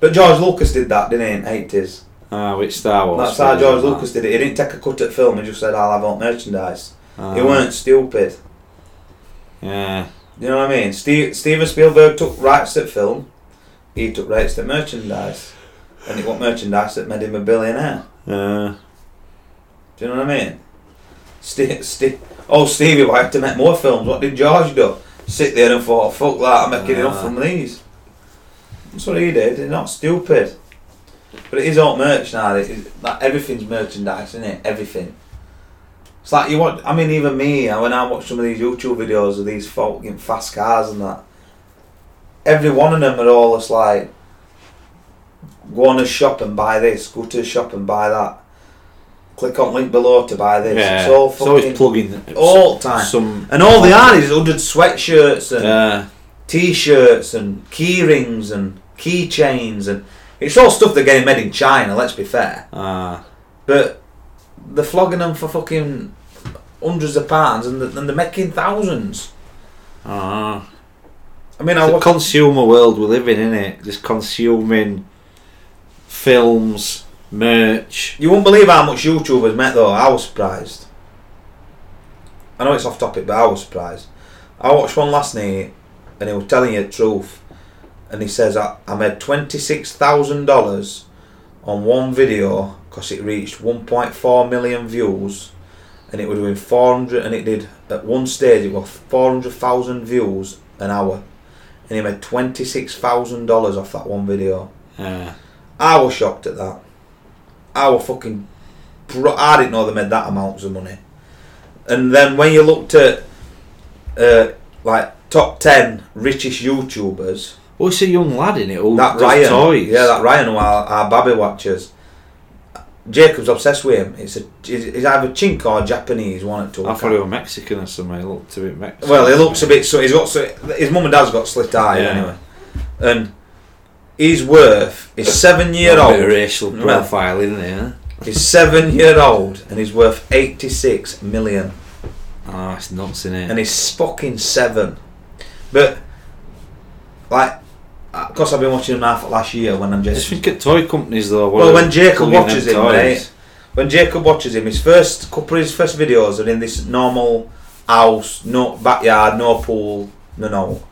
But George Lucas did that, didn't he, in the 80s? Ah, which Star Wars? That's how film George is that? Lucas did it. He didn't take a cut at film, he just said, I'll have all merchandise. Ah, He weren't stupid. Yeah. You know what I mean? Steve, Steven Spielberg took rights at film, he took rates to merchandise, and it was merchandise that made him a billionaire. Uh, Do you know what I mean? St- st- oh, Stevie wanted to make more films. What did George do? Sit there and thought, fuck that, I'm making enough from these. That's what he did. They're not stupid. But it is all merch now. It is, like, everything's merchandise, isn't it? Everything. It's like you want. I mean, even me, I- when I watch some of these YouTube videos of these fucking fast cars and that, every one of them are all just like, go on a shop and buy this, go to a shop and buy that, click on link below to buy this. yeah. It's all it's always fucking plugging all time. some. and all they are is hooded sweatshirts and Uh, t-shirts and key rings and keychains and it's all stuff they're getting made in China. Let's be fair, uh, but they're flogging them for fucking hundreds of pounds, and they're, and they're making thousands. uh, I mean, I it's a watch, consumer world we live in, isn't it? Just consuming films, merch. you won't believe how much YouTubers met though. I was surprised. I know it's off topic, but I was surprised. I watched one last night, and he was telling you the truth, and he says I, I made twenty six thousand dollars on one video because it reached one point four million views, and it was doing four hundred, and it did at one stage it was four hundred thousand views an hour, and he made twenty six thousand dollars off that one video. Uh, I was shocked at that. I was fucking. Bro- I didn't know they made that amounts of money. And then when you looked at, uh, like top ten richest YouTubers, oh, it's a young lad in it. All that does Ryan, toys. yeah, that Ryan, who our, our Babby watches. Jacob's obsessed with him. It's a, he's he's either chink or Japanese one at two. I thought he was Mexican or something. He looked a bit Mexican. Well, he looks a bit. So he's got. So his mum and dad's got slit eye Yeah. anyway, and his worth is seven year Got a old. bit of racial Well- profile in there. He's seven year old and he's worth 86 million. Ah, it's nuts in it. And he's fucking seven. But, like, of course, I've been watching him now for last year when I'm I just. just think at toy companies though. Well, what when are Jacob plugging them watches it, toys. mate, when Jacob watches him, his first couple of his first videos are in this normal house, no backyard, no pool, no, no.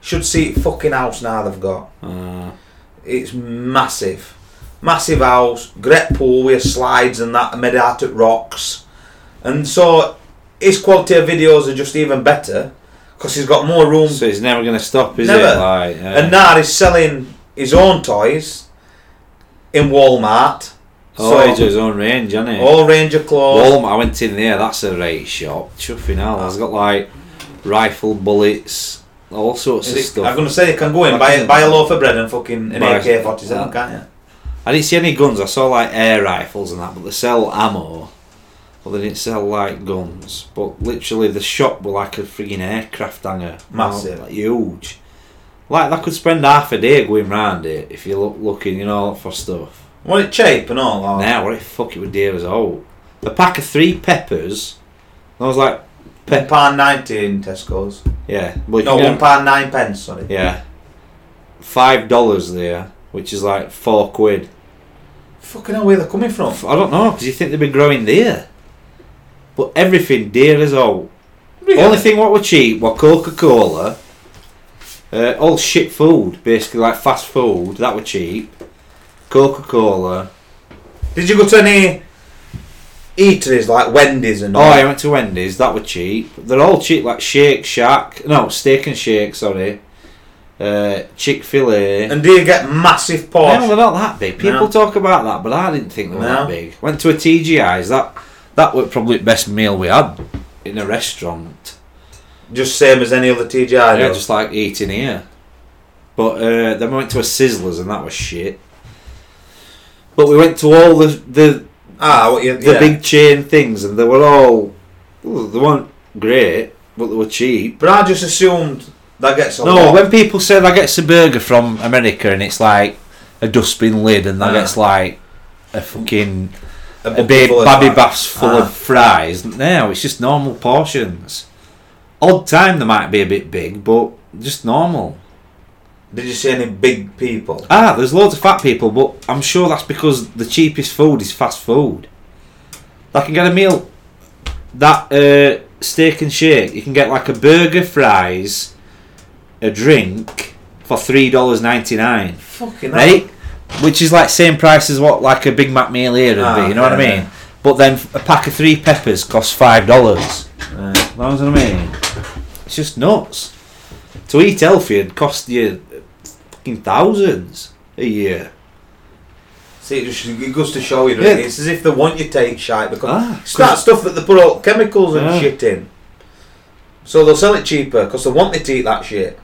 Should see fucking house now they've got. Uh, It's massive. Massive house, great pool with slides and that, made out of rocks. And so his quality of videos are just even better because he's got more room. so it's never going to stop, is Never. it? Like, yeah. and now he's selling his own toys in Walmart. oh, he's got his own range, hasn't he? all range of clothes. Walmart. I went in there. That's a rate shop. Chuffing hell. It's got like rifle bullets, all sorts Is of it- stuff. I'm going to say you can go in Like, buy, isn't buy a it? loaf of bread and fucking an Buy- AK 47, can't you? I didn't see any guns. I saw like air rifles and that, but they sell ammo. But they didn't sell like guns. But literally, the shop were like a frigging aircraft hangar. Massive. Like, huge. Like, I could spend half a day going round it if you look looking, you know, for stuff. Was it cheap and all? Or? Now, what the fuck it would deal as old? A pack of three peppers. I was like, pep. £1.90 in Tesco's. Yeah. Well, you No, can get- £1.09 pence, sorry. Yeah. Five dollars there, which is like four quid. Fucking hell, where they're coming from? I don't know, because you think they'd be growing there. But everything dear as all. Only thing what were cheap were Coca Cola, uh, all shit food, basically like fast food, that were cheap. Coca Cola. Did you go to any eateries like Wendy's and Oh, I went to Wendy's, that were cheap. They're all cheap, like Shake Shack. No, Steak and Shake, sorry. Uh, Chick fil A. And do you get massive No, portions? they're not that big. People No. talk about that, but I didn't think they were No. that big. Went to a TGI's. That that was probably the best meal we had in a restaurant. Just same as any other TGI. yeah, though. just like eating here. But uh, then we went to a Sizzlers, and that was shit. But we went to all the the, ah, what you, the yeah. big chain things, and they were all ooh, they weren't great, but they were cheap. But I just assumed that gets a No, lot. when people say that gets a burger from America and it's like a dustbin lid, and that Ah. gets like a fucking a bucket big full of babby fat. baths full Ah. of fries. No, it's just normal portions. Odd time they might be a bit big, but just normal. Did you see any big people? Ah, there's loads of fat people, but I'm sure that's because the cheapest food is fast food. I can get a meal that uh, steak and shake. You can get like a burger, fries, a drink, for three dollars ninety nine, Fucking hell. right? Which is like same price as what like a Big Mac meal here would Ah, be. You know what I yeah, mean? But then f- a pack of three peppers costs five dollars. Right. Know what I mean? It's just nuts. To eat healthy would cost you fucking thousands a year. See, it, just, it goes to show you, Yeah. doesn't it? it's as if they want you to take shite because Ah, it's that stuff that they put all chemicals and Yeah. shit in. So they'll sell it cheaper because they want me to eat that shit.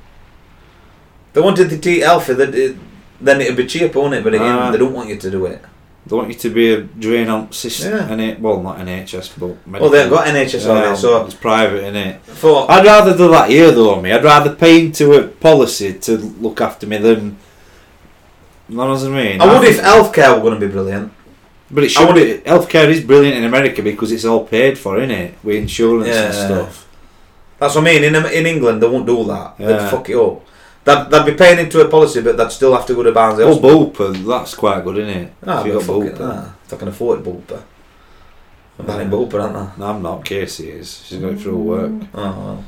They wanted to eat healthy, they'd, it, then it'd be cheaper, wouldn't it? But again, Ah. they don't want you to do it. They want you to be a drain on system. Yeah. NH well, not NHS, but medical. Um, Well, they've got NHS on there, so it's private, innit? for I'd rather do that here, though, me. I'd rather pay into a policy to look after me than. You know what I mean? I would if think- healthcare were going to be brilliant. but it I should. would- be- healthcare is brilliant in America because it's all paid for, innit? With insurance and Yeah. stuff. That's what I mean. In in England, they won't do that. Yeah. They'd fuck it up. They'd, they'd be paying into a policy, but they'd still have to go to Barnsley. Oh, Hospital. Bulper, that's quite good, innit? Nah, If you but got fuck it, Bulper. nah. If I can ah. afford Bulper. I'm banning Bulper, aren't I? No, I'm not. Casey is. She's going through work. Oh, well.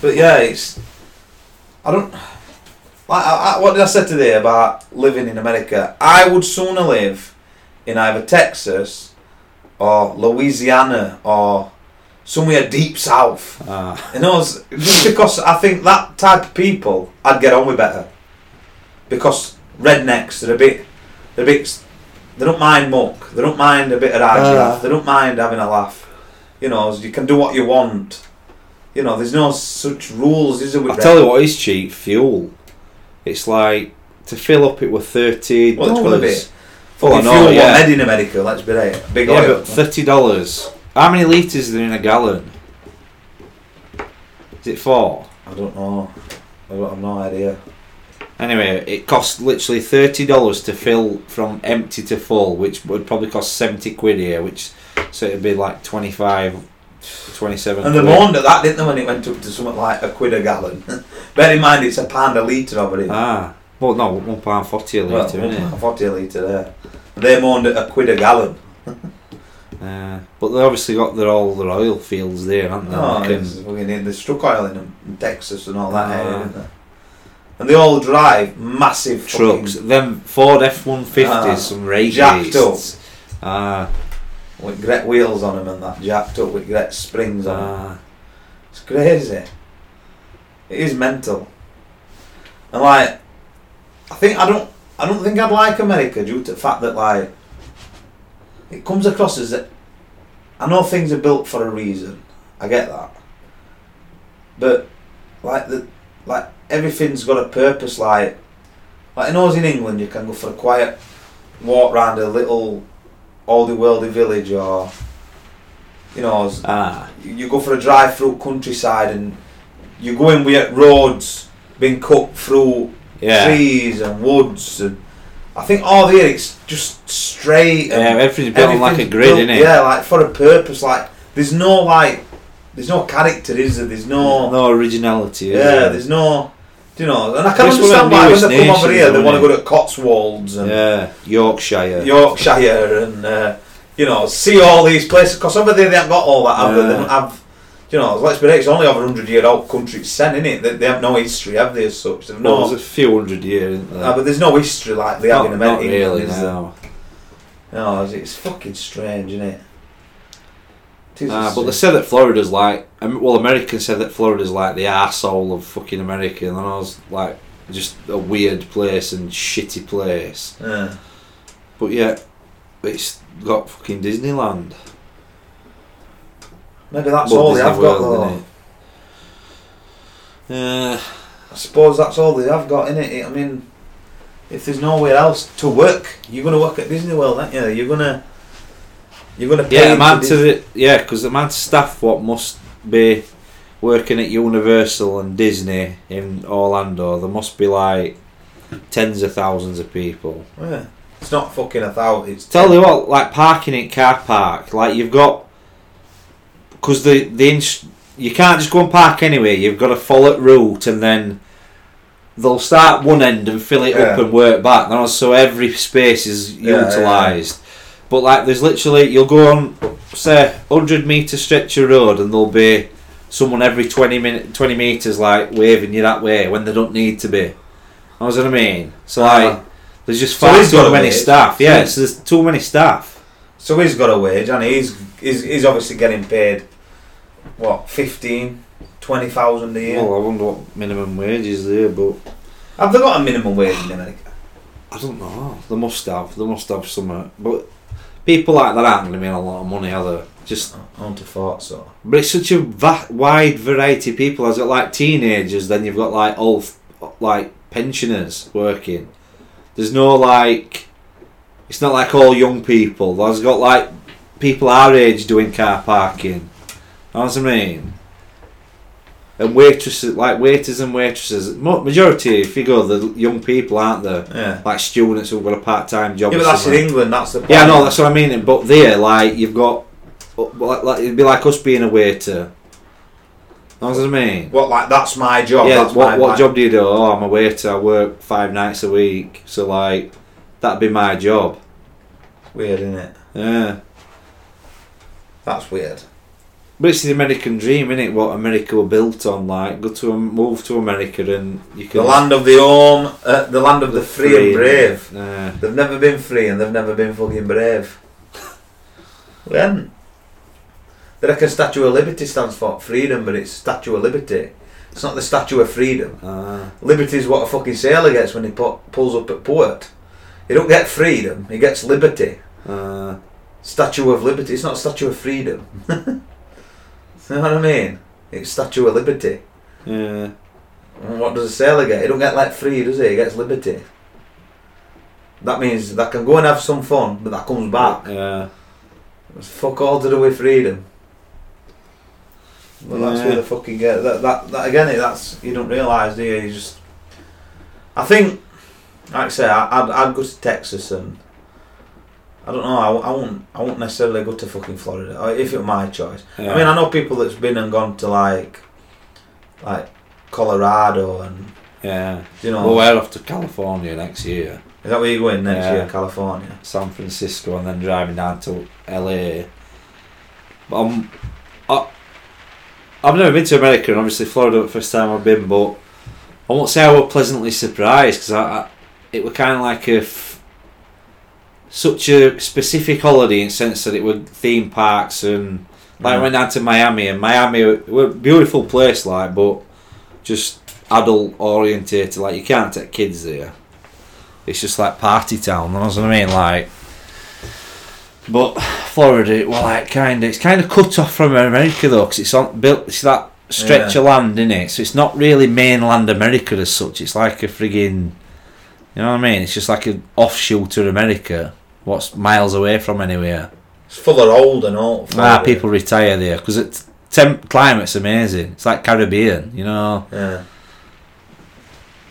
But yeah, it's. I don't. Like, I, I, what did I say today about living in America? I would sooner live in either Texas or Louisiana or somewhere deep south. Ah, You know, it's- just because I think that type of people I'd get on with better. Because rednecks are a bit, they're a bit, they don't mind muck, they don't mind a bit of Ah. uh. they don't mind having a laugh. You know, you can do what you want. You know, there's no such rules, is there? I With tell you what is cheap fuel. It's like to fill up it with thirty Well, it's dollars. gonna be. Oh, fucking no, fuel yeah. yeah. made in America. Let's be right. Big Yeah, oil. but thirty dollars. How many liters is there in a gallon? Is it four? I don't know. I don't- I've no idea. Anyway, it costs literally thirty dollars to fill from empty to full, which would probably cost seventy quid here, which so it'd be like 25, 27 And they quid. moaned at that, didn't they, when it went up to something like a quid a gallon? Bear in mind, it's a pound a litre of it. Ah, well, no, one pound forty a Well, litre, innit? I thought they litre there. They moaned at a quid a gallon. Uh, but they obviously got their all their oil fields there, haven't they? No, Like, Oh, it's um, fucking- they struck oil in, 'em in Texas and all that area, Ah. didn't they? And they all drive massive trucks, fucking- them Ford F one Ah, fifties, some rage jacked up. Ah, with great wheels on them and that, jacked up with great springs on 'em. ah. It's crazy. It is mental. And like, I think I don't, I don't think I'd like America due to the fact that like, it comes across as that. I know things are built for a reason. I get that. But like the, like everything's got a purpose. Like, like I know as in England you can go for a quiet walk round a little, oldie worldy village or, you know, as- Ah, you go for a drive through countryside and you go in with roads being cut through yeah. trees and woods and I think all here it's just straight Yeah, and everything's built on like a um, everything's grid, built- innit? Yeah, like for a purpose, like there's no like there's no character is there, there's no No originality. Yeah, there's no do you know and I can It's one of understand the why when newest they come over nations, here they isn't want to it? go to Cotswolds and yeah. Yorkshire. Yorkshire and uh, you know see all these places because over there they haven't got all that have they? Yeah. they don't have you know let's be honest it's only over a hundred year old country it's sen innit they, they have no history have they as such they've Well, no there's a few hundred years. Isn't there? Ah, but there's no history like they have not, in not America really. is there? No. no it's, it's fucking strange isn't it It is Ah, but they strange. said that Florida's like, um, well, Americans said that Florida's like the arsehole of fucking America, and then I was like, just a weird place and shitty place. Yeah. But yeah, it's got fucking Disneyland. maybe that's Well, all they Disney have World, got though innit? Uh, I suppose that's all they have got in it I mean if there's nowhere else to work you're going to work at Disney World aren't you you're going to you're going to pay Yeah, into man to Disney- the yeah, because the man staff what must be working at Universal and Disney in Orlando. There must be like tens of thousands of people. Yeah. It's not fucking a thousand. It's Tell you what, like parking in car park, like you've got because the the ins- you can't just go and park anywhere. You've got to follow it route and then. They'll start one end and fill it up Yeah. and work back, and so every space is Yeah, yeah, yeah. utilised. But like, there's literally you'll go on say 100 meter stretch of road and there'll be someone every 20 minute 20 meters like waving you that way when they don't need to be That's what I mean. So Ah. like, there's just So far he's got too a many wage. staff. So Yeah, he's- so there's too many staff. So he's got a wage, and he's he's, he's obviously getting paid what 15, 20,000 a year. Well, I wonder what minimum wage is there, but Have they got a minimum wage in America? I don't know. They must have. They must have some. But people like that aren't going to make a lot of money, are they? Just, I want to thought so. but it's such a va- wide variety of people. As it like teenagers, then you've got like old, like pensioners working. There's no like, it's not like all young people. There's got like people our age doing car parking. Know what I mean? And waitresses, like waiters and waitresses, mo- majority if you go, the young people aren't they? Yeah. like students who've got a part time job. Yeah, or but that's in something. England. That's the point. Yeah, no, that's what I mean. But there, like you've got, but like, like it'd be like us being a waiter. Know what I mean? what like that's my job. yeah, that's my what what life. job do you do? Oh, I'm a waiter. I work five nights a week, so like that'd be my job. Weird, isn't it? Yeah, That's weird. but it's the American dream, is it? What America were built on, like go to a, move to America and you can The land of the home, uh, the land of the free, and brave. Yeah. They've never been free and they've never been fucking brave. we haven't. They reckon Statue of Liberty stands for freedom, but it's Statue of Liberty. It's not the Statue of Freedom. Ah. Liberty is what a fucking sailor gets when he pu- pulls up at port. He don't get freedom, he gets liberty. ah. Statue of Liberty, it's not Statue of Freedom. you know what I mean? It's Statue of Liberty. yeah. And What does a sailor get? He don't get let free, does he? He gets liberty. That means that can go and have some fun, but that comes back. Yeah. It's fuck all to do with freedom. Well, that's where Yeah. the fucking get that, that. That again, that's you don't realise, do you? You just. I think, like I say, I, I'd, I'd go to Texas and. I don't know. I, w- I won't. I won't necessarily go to fucking Florida I- if it were my choice. yeah. I mean, I know people that's been and gone to like, like Colorado and yeah. you know, Well, we're off to California next year. is that where you're going next Yeah. year, California? San Francisco and then driving down to LA. But I'm, I, I've never been to America, and obviously Florida the first time I've been. But I won't say I was pleasantly surprised because I, I, it were kind of like a f- such a specific holiday in the sense that it were theme parks and like I Mm. went down to Miami and Miami were- were a beautiful place like but just adult orientated like you can't take kids there it's just like party town you know what I mean like but Florida well like kind of it's kind of cut off from America though because it's on built it's that stretch Yeah. of land in it so it's not really mainland America as such it's like a friggin you know what I mean it's just like an offshoot to America what's miles away from anywhere It's full of old and old. Ah, Florida. people retire there because it's temp climate's amazing. It's like Caribbean, you know. Yeah.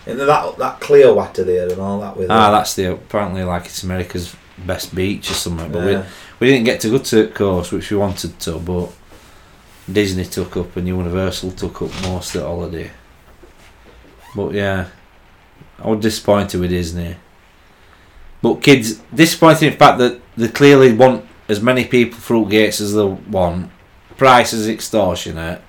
And that that clear water there and all that with Ah, it. that's the apparently like it's America's best beach or something. But yeah. we we didn't get to go to it, of course, which we wanted to, but Disney took up and Universal took up most of the holiday. But yeah, I was disappointed with Disney. But kids, disappointed in the fact that they clearly want as many people through gates as they want. Price is extortionate.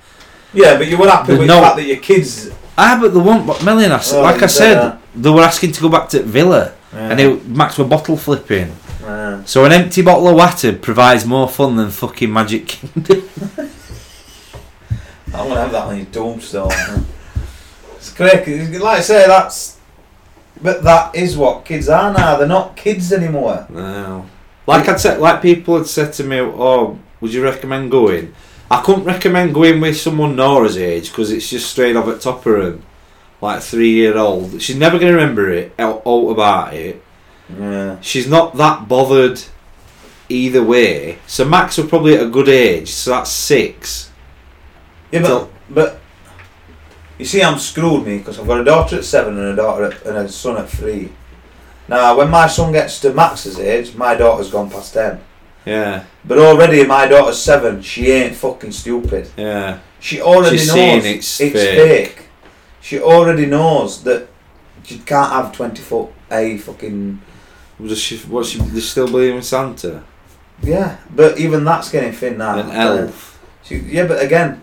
yeah, but you were happy There's with no- the fact that your kids. Ah, but the one, but Million, I, Oh, like I you said, better. they were asking to go back to Villa, Yeah. and they, Max were bottle flipping. Yeah. So an empty bottle of water provides more fun than fucking Magic Kingdom. I'm gonna have that on your tombstone. it's great. 'cause Like I say, that's. But that is what kids are now. They're not kids anymore. no. Like I said, like people had said to me, "Oh, would you recommend going?" I couldn't recommend going with someone Nora's age because it's just straight off at top of room, like three year old. She's never gonna remember it out, out about it. Yeah. she's not that bothered either way. So Max was probably at a good age, so that's six. Yeah, but, So- but you see, I'm screwed, me, because I've got a daughter at seven and a daughter at, and a son at three. Now, when my son gets to Max's age, my daughter's gone past ten. Yeah, But already, my daughter's seven. She ain't fucking stupid. yeah, She already She's knows seen it's fake. She already knows that you can't have twenty foot a fucking Does she? What she? They still believe in Santa Ah, yeah. But even that's getting thin now. and elf. She, yeah, but again,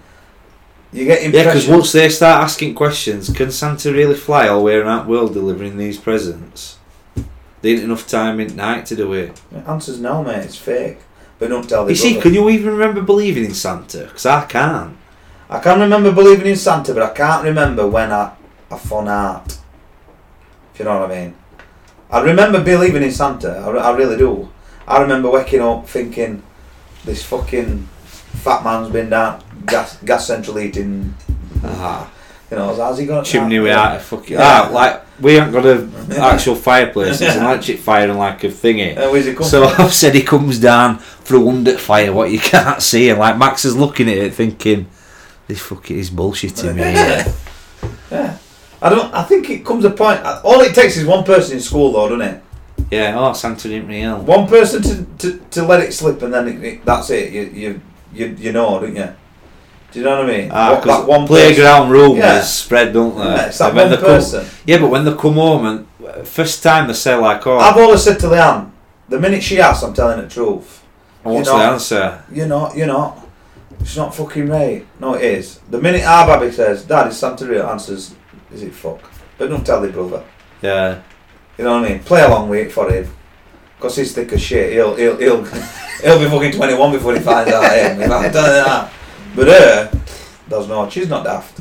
You get Yeah, because impression- once they start asking questions, can Santa really fly all the way around the world delivering these presents? There ain't enough time in night to do it. The answer's no, mate. It's fake. But don't tell the You see, brother. can you even remember believing in Santa? Because I can't. I can remember believing in Santa, but I can't remember when I, I fun art. If you know what I mean. I remember believing in Santa. I, re- I really do. I remember waking up thinking, this fucking fat man's been down gas, gas central eating. Ah, You know, how's he got chimney without a fucking. Yeah. Ah, like, we haven't got an actual fireplace. It's an electric fire and like a thingy. Uh, where's it come So from? I've said he comes down for a wonder fire, what you can't see, and like Max is looking at it thinking, this fucking is bullshitting me. I don't. I think it comes a point. All it takes is one person in school, though, doesn't it? yeah, oh, Santa didn't real. One person to, to, to let it slip, and then it, it- that's it. You you you you know, don't you? Do you know what I mean? Ah, What- 'cause that one person- playground uh, rumours Yeah. spread, don't they? Yeah, it's And that when one they come- person. yeah, but when they come home and first time they say like, oh, I've always said to Leanne, the minute she asks, I'm telling the truth. and what's you the know- answer? You're not. You're not. It's not fucking right. No, it is. The minute our baby says, "Dad, is Santa real?" answers, "Is it fuck?" But don't tell the brother. Yeah, You know what I mean? Play along with it for him. Because he's thick as shit. He'll, he'll, he'll, he'll be fucking 21 before he finds out. Him. I'm telling you that. But her, does not. She's not daft.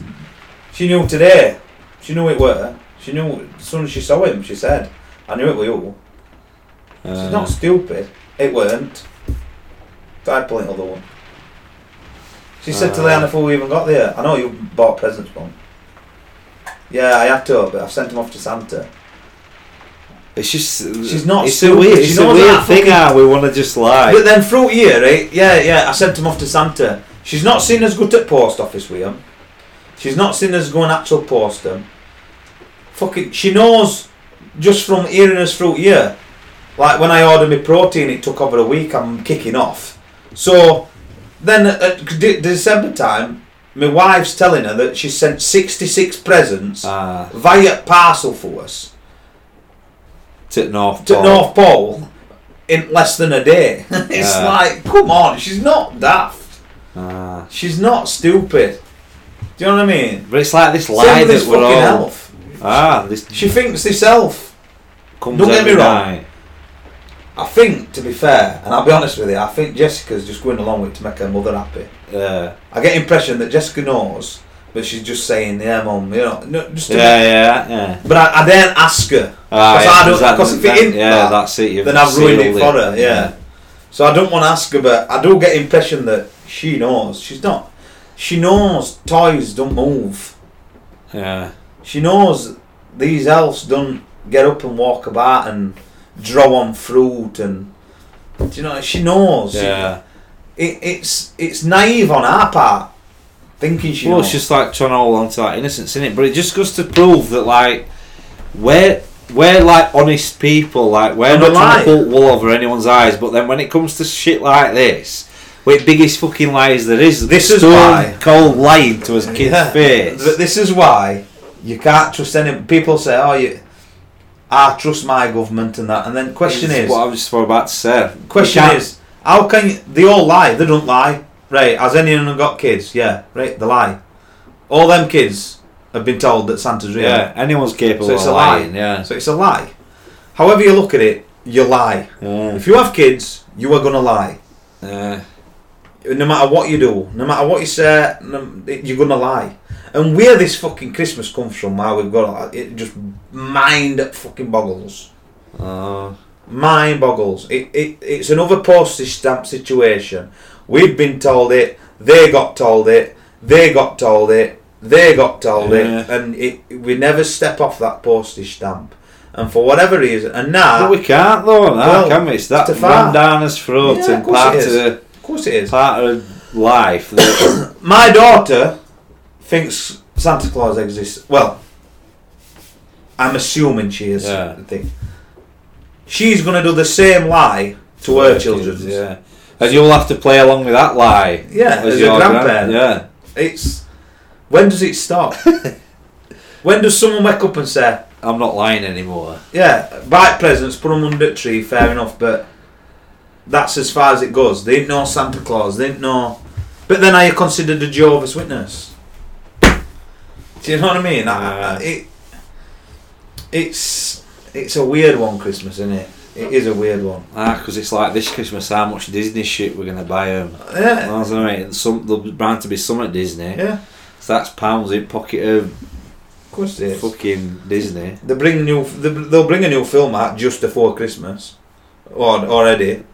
She knew today. She knew it were. her. She knew as soon as she saw him, she said, I knew it were you. She's Uh, not stupid. It weren't. Five point other one. She said to Uh. Leanne before we even got there, I know you bought presents, Mum. Yeah, I had to, but I've sent them off to Santa. It's just She's not It's a stupid, weird, she it's a knows weird that thing. fucking- How we want to just lie. But then through here, right? Yeah, yeah. I sent him off to Santa. She's not seen as good at post office with him. She's not seen as going actual post them. Fucking, she knows just from hearing us through here. Like when I ordered my protein, it took over a week. I'm kicking off. So then at, at De- December time, my wife's telling her that she sent 66 presents Ah, via parcel for us to North. to Pole. North Pole in less than a day. it's Yeah. like, come on, she's not daft. Ah. She's not stupid. Do you know what I mean? But it's like this Same lie with that this we're fucking all. elf. Ah, this She thinks herself. comes don't get every me wrong. night. I think, to be fair, and I'll be honest with you, I think Jessica's just going along with it to make her mother happy. Yeah, I get the impression that Jessica knows, but she's just saying, yeah, mum, you know, no, just to yeah, yeah, yeah. But I, I then ask her, Ah, 'Cause yeah, I don't- 'cause that- 'cause if it that- ain't yeah, that, that's it. You've then I've ruined it sealed for her, yeah. So I don't want to ask her, but I do get the impression that she knows. She's not. She knows toys don't move. yeah. She knows these elves don't get up and walk about and draw on fruit and do you know she knows. Yeah. It, it's it's naive on our part thinking she well, knows. it's just like trying to hold on to that innocence in it, but it just goes to prove that like we're we're like honest people, like we're And not we're trying to lying. put wool over anyone's eyes. But then when it comes to shit like this, where the biggest fucking lies there is, This is stone why- cold lying to his kid's Yeah. Th- face. This is why you can't trust any people say, Oh you I trust my government and that and then question This is what I was just about to say. question You can't- is how can you, they all lie, they don't lie. Right, has anyone got kids? Yeah, right, they lie. All them kids have been told that Santa's real. yeah, anyone's capable So it's of a lie. lying. Yeah, So it's a lie. However you look at it, you lie. yeah, If you have kids, you are gonna lie. yeah. No matter what you do, no matter what you say, no- you're gonna lie. And where this fucking Christmas comes from, how we've got it, just mind fucking boggles. Oh, Mind boggles. It, it it's another postage stamp situation. We've been told it. They got told it. They got told it. They got told it. Yeah. And it, we never step off that postage stamp. And for whatever reason, and now but we can't though, now, Well, can we? It's that it's a fact. run down his throat Yeah, and of course part it of is. the Of course it is. part of life that My daughter thinks Santa Claus exists. Well, I'm assuming she is. Yeah. I think she's going to do the same lie to her children. Yeah. And you'll have to play along with that lie. Yeah, as a your grandparent. yeah. It's when does it stop? when does someone wake up and say, I'm not lying anymore. "Yeah, buy presents, put them under a tree"? Fair enough, but that's as far as it goes. They didn't know Santa Claus. They didn't know. But then, are you considered a Jehovah's Witness? Do you know what I mean? I, I, Yeah. it, it's it's a weird one, Christmas, isn't it? It is a weird one. Ah, because it's like this Christmas, how much Disney shit we're gonna buy them? Yeah, Well, I mean, some there'll be bound to be some at Disney. yeah, So that's pounds in pocket of of course it is. fucking Disney. They bring new. They, they'll bring a new film out just before Christmas, or already.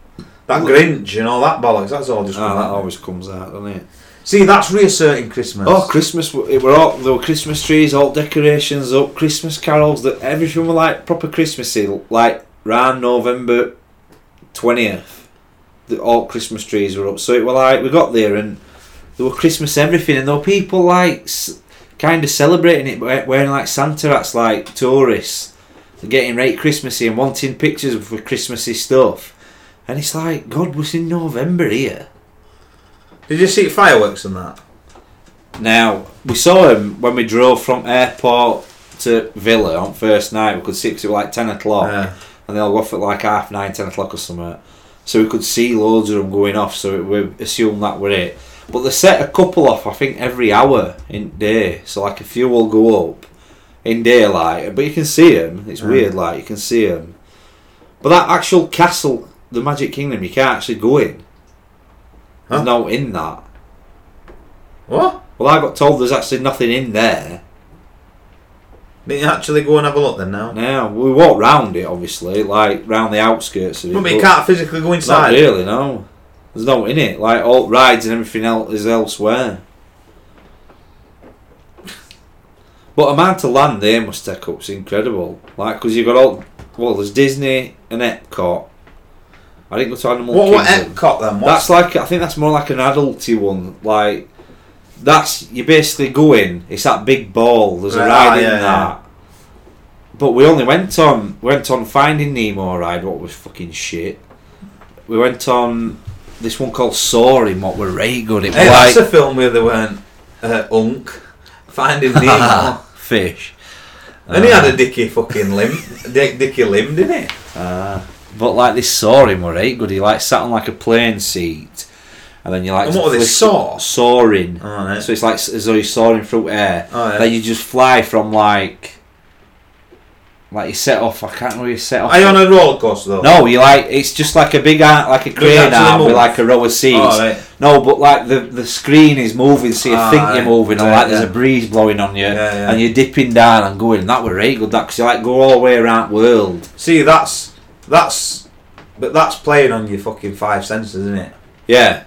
That Ooh. Grinch and all that bollocks. That's all just. Ah, come that out. always comes out, doesn't it? See, that's reasserting Christmas. Oh, Christmas! w- It were all there were Christmas trees, all decorations up, Christmas carols. That everything were like proper Christmassy, like round November twentieth. The all Christmas trees were up, so it were like we got there and there were Christmas everything, and there were people like kind of celebrating it, we- wearing like Santa hats, like tourists, getting right Christmassy and wanting pictures for Christmassy stuff. And it's like God was in November here. Did you see fireworks and that? Now we saw him when we drove from airport to Villa on first night. We could see because it was like ten o'clock, Yeah. and they'll go off at like half nine, ten o'clock or something. So we could see loads of them going off. So we assume that were it. But they set a couple off, I think, every hour in day. So like a few will go up in daylight, but you can see them. It's Yeah. weird, like you can see them. But that actual castle, the Magic Kingdom, you can't actually go in. Huh? There's no in that. What? Well, I got told there's actually nothing in there. Didn't you actually go and have a look then? Now. Now we walked round it, obviously, like round the outskirts of it. But you can't physically go not inside. really, no. There's no in it. Like all rides and everything else is elsewhere. But amount of land they must take up's incredible. Like because you've got all well, there's Disney and Epcot. I didn't go to Animal What? What? Kingdom. Epcot then? What's That's like I think that's more like an adulty one. Like that's you basically go in. It's that big ball. There's a Right, ah, ride in yeah, that. But we only went on went on Finding Nemo ride. What was fucking shit. We went on this one called Soaring. What were right good. It was Hey, like that's a film where they weren't uh, Unk finding Nemo, fish. and he had a dicky fucking limb, dick, dicky limb, didn't he? But like they saw him, were right good. He like sat on like a plane seat, and then you like And what were they, flick- saw? soaring. Oh, right. So it's like s- as though you're soaring through air. Oh, yeah. Then you just fly from like, like you set off. I can't remember you set off. Are you on a roller coaster though? no, you like it's just like a big ar- like a crane actually arm with move? like a row of seats. Oh, right. No, but like the the screen is moving, so you Ah, think right. you're moving, or Right, like there's yeah. a breeze blowing on you, Yeah, yeah. and you're dipping down and going. That were really good, that because you like go all the way around world. See, that's that's, but that's playing on your fucking five senses, isn't it? Yeah.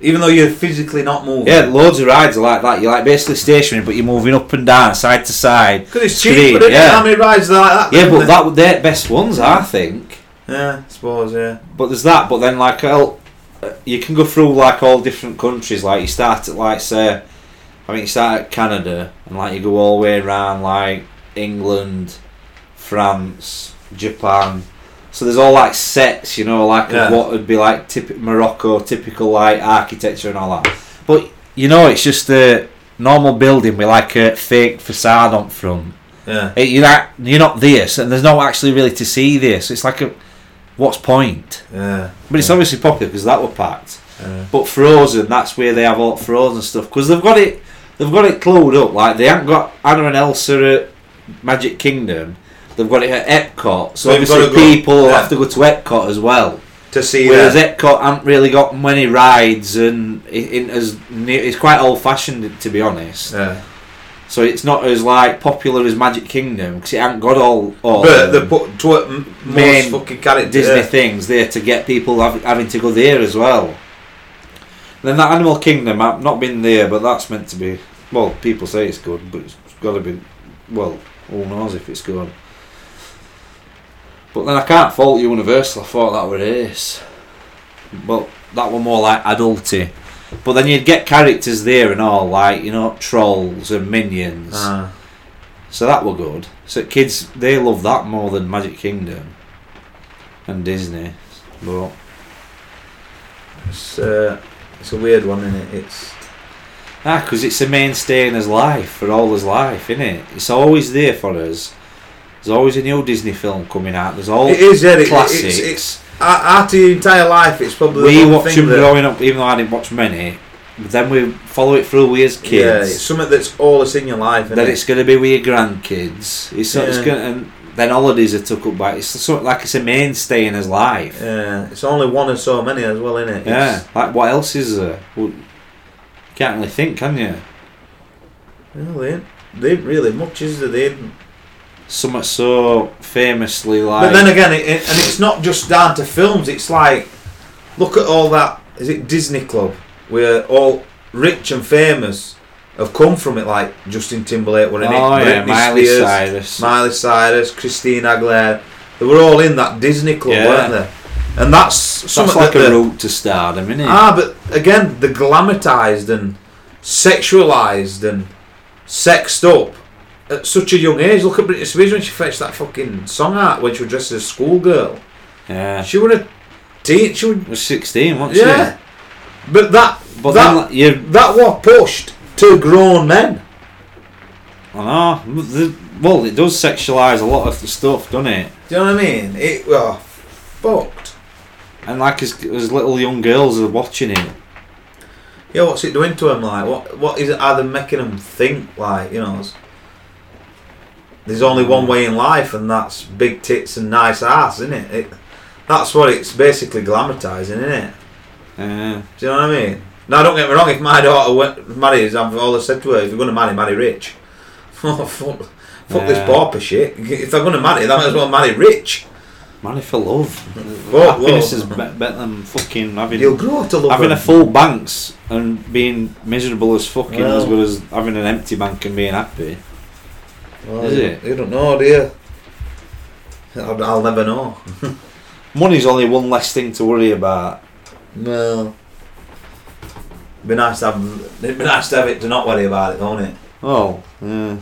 Even though you're physically not moving. Yeah, loads of rides are like that. You're like basically stationary, but you're moving up and down, side to side. Because it's Screen, cheap, but yeah. how many rides are like that? Yeah, but isn't that were their best ones, I think. there? Yeah, I suppose, yeah. But there's that. But then, like, all- uh, you can go through like all different countries. Like, you start at like say, I mean, you start at Canada, and like you go all the way around like England, France, Japan. So there's all like sets, you know, like Yeah. of what would be like typ- Morocco, typical like architecture and all that. But you know, it's just a normal building with like a fake facade on front. Yeah. It, you're not you're not there, so there's no actually really to see there. So it's like a what's point? Yeah. But it's obviously popular because that were packed. Yeah. But Frozen, that's where they have all Frozen stuff because they've got it, they've got it clued up. Like they haven't got Anna and Elsa at Magic Kingdom. They've got it at Epcot, so They've gotta obviously go- people yeah. have to go to Epcot as well. To see Whereas that. Epcot haven't really got many rides, and it, it as near, it's quite old fashioned to be honest. Yeah. So it's not as like popular as Magic Kingdom because it hasn't got all all But them they put tw- m- most Oh, um, Main fucking characters. Disney yeah. things there to get people hav- having to go there as well. Then that Animal Kingdom, I've not been there, but that's meant to be. Well, people say it's good, but it's got to be. Well, who knows if it's good. But then I can't fault Universal. I thought that were ace, but that were more like adulty. But then you'd get characters there and all, like you know, trolls and minions. Ah. So that were good. So kids, they love that more than Magic Kingdom and Disney. But It's, uh, it's a weird one, isn't it? It's. ah, because it's a mainstay in his life for all his life, isn't it? It's always there for us. There's always a new Disney film coming out. There's all It is, yeah. It, classics. It's, it's, out out of your entire life, it's probably we the one watched thing them that- growing up, even though I didn't watch many. then we follow it through with his Yeah, it's kids. something that's all that's in your life. Isn't then it? it's going to be with your grandkids. It's, it's Yeah. going and then holidays are took up by. It's sort of like it's a mainstay in his life. yeah, it's only one of so many as well, isn't it? Yeah, like what else is there? Well, you can't really think, can you? Well, they ain't, they ain't really much, is there? They ain't. Something so famously like. But then again, it, it, and it's not just down to films. It's like, look at all that. Is it Disney Club? Where all rich and famous have come from it, like Justin Timberlake, were in oh it? yeah, Britney Miley Spears, Cyrus. Miley Cyrus, Christine Aguilera. They were all in that Disney Club, Yeah. weren't they? And that's something That's like that a the- route to stardom, isn't it? Ah, but again, the glamatized and sexualized and sexed up at such a young age. Look at Britney Spears when she fetched that fucking song out when she was dressed as a schoolgirl. yeah. She were a teen. She would, She was 16, wasn't she? yeah. But that But that then like, you that was pushed to grown men. I know. The, well, it does sexualise a lot of the stuff, doesn't it? Do you know what I mean? It oh, fucked. And like as, as little young girls are watching it. Yeah, what's it doing to them? Like, what what is it? Are they making them think like you know? it's- There's only one way in life, and that's big tits and nice ass, isn't it? it that's what it's basically glamorizing, isn't it? Uh, Do you know what I mean? Now, don't get me wrong. If my daughter went, marries, I've always said to her, if you're going to marry, marry rich. Oh, fuck, fuck Yeah. this pauper shit. If they're going to marry, they might as well marry rich. money for love. Oh, uh, Whoa, Happiness whoa. is be- better than fucking having You'll grow to love having them. a full banks and being miserable as fucking Well. as good as having an empty bank and being happy. Well, is you- it? You don't know, do you? I'll, I'll never know. Money's only one less thing to worry about. No. Be nice to have. It'd be nice to have it to not worry about it, won't it? Oh, yeah.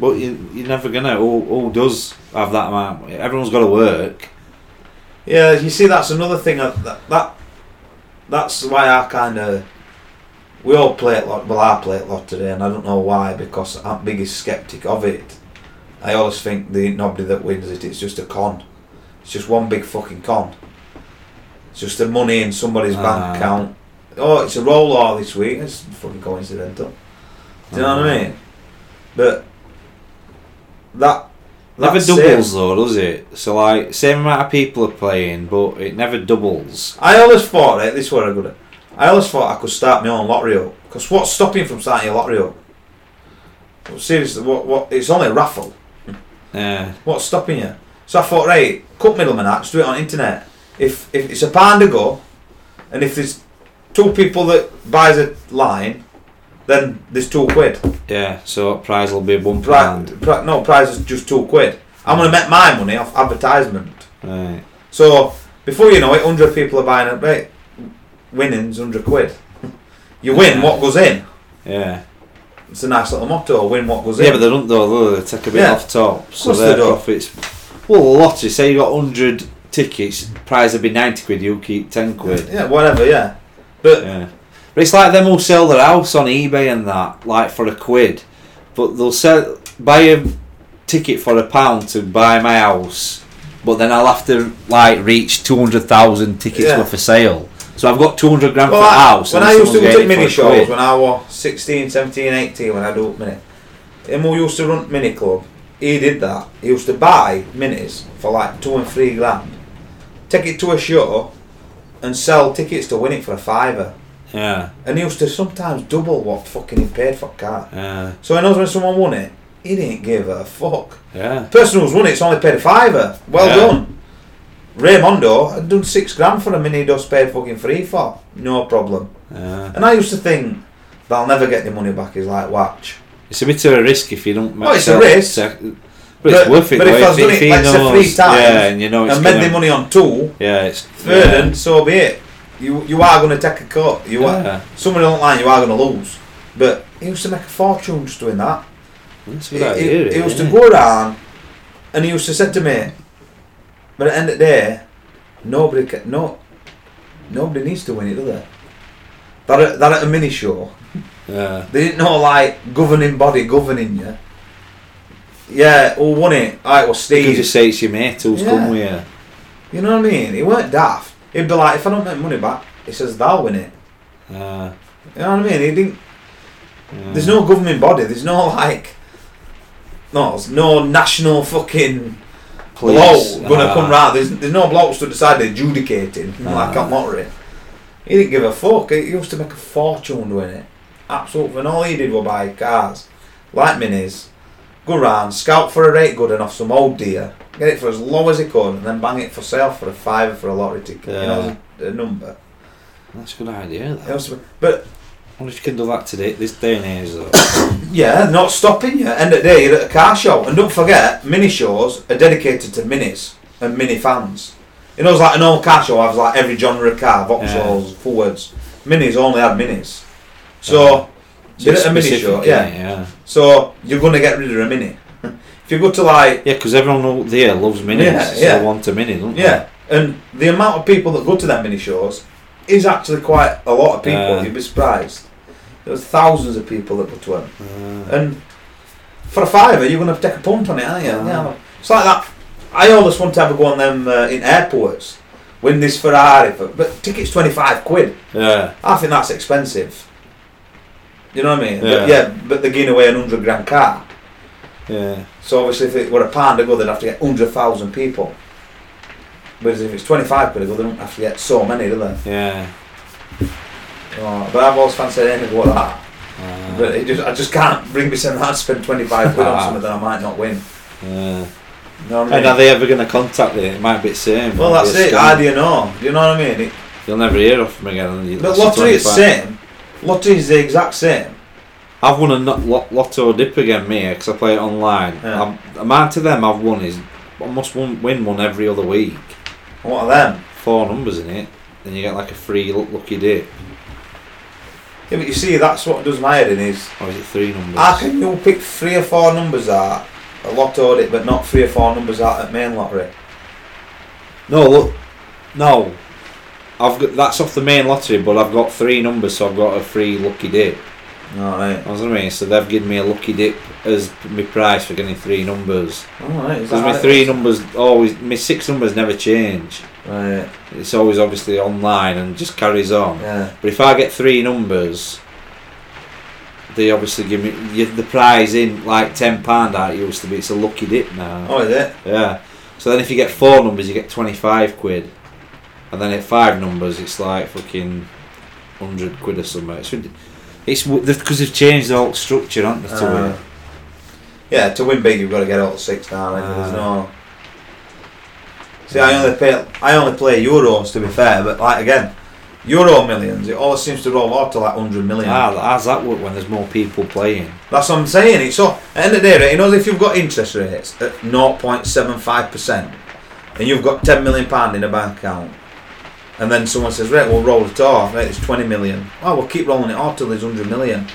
But you, you're never gonna. Who, who does have that amount? Everyone's got to work. Yeah, you see, that's another thing. uh, That, that that's why I kind of we all play it lot. Well, I play it lot today, and I don't know why because I'm biggest skeptic of it. I always think the nobody that wins it. It's just a con. It's just one big fucking con. It's just the money in somebody's Ah. bank account. Oh, it's a roll all this week. It's fucking coincidental. Do you know what Ah. I mean? But that that never same- doubles though, does it? So like, same amount of people are playing, but it never doubles. I always thought, right, this is where I got it. I always thought I could start my own lottery up. Because what's stopping from starting a lottery up? Well, seriously, what, what, it's only a raffle. Yeah, What's stopping you? So I thought, right, cut middleman out, just do it on internet. If, if it's a pound a go, and if there's two people that buys a line, then there's two quid. yeah. So prize will be one Pri- pound. pri- no, prize is just two quid. I'm going to make my money off advertisement. Right. So before you know it, hundred people are buying it. Right, winning's hundred quid. You win what goes in. Yeah. It's a nice little motto. Win what goes Yeah, but in. they don't though. do They They take a bit Yeah. off top, so course their they do. profits. Well, the lottery. Say you got hundred tickets, prize would be ninety quid. You keep ten quid. yeah, whatever. Yeah, but Yeah. But it's like them who sell their house on eBay and that, like for a quid. But they'll sell buy a ticket for a pound to buy my house, but then I'll have to like reach two hundred thousand tickets Yeah. worth for sale. So I've got two hundred grand well, for a I- house. when and I used to someone's do getting it for mini a shows quid. when I was 16, 17, 18, when I do mini, him who used to run mini club, he did that. He used to buy minis for like two and three grand, take it to a show, and sell tickets to win it for a fiver. yeah, And he used to sometimes double what fucking he paid for a car. yeah, So I knows when someone won it, he didn't give a fuck. yeah. Person who's won it's only paid a fiver. Well Yeah. done. Raymondo had done six grand for a mini dust paid fucking free for. No problem. yeah. And I used to think they'll never get the money back. He's like, watch. It's a bit of a risk if you don't. make Oh, it's a sell- risk. sell- but, it's But- worth it. but if though, I've done it, you like, say, know three it's- times yeah, and you know it's and made the gonna- money on two, Yeah, it's third, yeah. and so be it. You you are going to take a cut. You Yeah. are someone online. You are going to lose. But he used to make a fortune just doing that. That's a He, good idea, he- he really, used to yeah. go down, and he used to say to me, "But at the end of the day, nobody ca no, nobody needs to win it, do they? That at, that at a mini show, Yeah. they didn't know like governing body governing you. Yeah, who won it? All You right, well could Steve. just say it's your mate who's Yeah. come with you. you know what I mean? He weren't daft. He'd be like, if I don't make money back, he says they'll win it. Uh, You know what I mean? He didn't. Yeah. There's no government body. There's no like. No, there's no national fucking bloke gonna Ah. come round. There's, there's no blokes to decide adjudicating Ah. like I'm Mottery. He didn't give a fuck. He used to make a fortune doing it. Absolutely. And all he did was buy cars, like minis, go round, scout for a rate good enough some old deer, get it for as low as he could, and then bang it for sale for a fiver for a lottery ticket. You know, as a, a number. That's a good idea. He That. also- But I wonder if you can do that today, this day and age though. Yeah, not stopping you. End of the day, you're at a car show. And don't forget, mini shows are dedicated to minis and mini fans. You know, it's like an old car show has like every genre of car, Vauxhalls, Forwards. Minis only had minis. So, you're at a mini Specific, show, innit? yeah. yeah. So, you're going to get rid of a mini. if you go to like, Yeah, because everyone out there loves minis. Yeah, so yeah. They want a mini, don't yeah, and the amount of people that go to them mini shows is actually quite a lot of people. Yeah. You'd be surprised. There's thousands of people that go to them. they? Uh, And for a fiver, you're going to take a punt on it, aren't you? Ah. Yeah. It's like that. I always want to have a go on them uh, in airports. Win this Ferrari, for, but tickets twenty five quid. yeah. I think that's expensive. You know what I mean? Yeah. But, yeah, but they're giving away an hundred grand car. Yeah. So obviously, if it were a pound a go, they'd have to get hundred thousand people. Whereas if it's twenty five quid a go, they don't have to get so many, do they? Yeah. Oh, but I've always fancied anything like that. Uh, But it just, I just can't bring myself around to spend twenty five quid on Ah. something that I might not win. yeah. You know what I mean? And are they ever going to contact you? It might be the same. Well, Might that's be a it. scam. How do you know? Do you know what I mean? It, You'll never hear off them again. and you- but that's the lottery is 25. same. Lottery is the exact same. I've won a not- lot, lotto dip again, me, because I play it online. Yeah. I'm- The amount of them I've won is I must won, win one every other week. What are them? Four numbers in it, and you get like a free lu- lucky dip. Yeah, but you see, that's what does my head in is Or is it three numbers? how can you pick three or four numbers out a lot audit, but not three or four numbers out at main lottery? No, look, no. I've got that's off the main lottery, but I've got three numbers, so I've got a free lucky dip. All right. You know what I mean? So they've given me a lucky dip as my price for getting three numbers. All Oh, right. Is Because my how it three is? numbers always, my six numbers never change. Right. It's always obviously online and just carries on. Yeah. But if I get three numbers, they obviously give me you- the prize in like ten pound out. It used to be it's a lucky dip now. Oh, is it? Yeah. So then if you get four numbers, you get twenty five quid, and then at five numbers, it's like fucking hundred quid or something. It's ridic- it's because they've changed the whole structure, aren't they? To Uh, it? yeah. To win big, you've got to get all six now. and There's Ah. no. See, I only play I only play Euros to be fair, but like again, Euro millions, it always seems to roll out to like hundred million. Ah, how's that work when there's more people playing? That's what I'm saying. It's all, at the end of the day, right, you know, if you've got interest rates at 0.75% and you've got £10 million pound in a bank account, and then someone says, right, we'll roll it off, right, it's 20 million. Oh, we'll keep rolling it off till there's 100 million.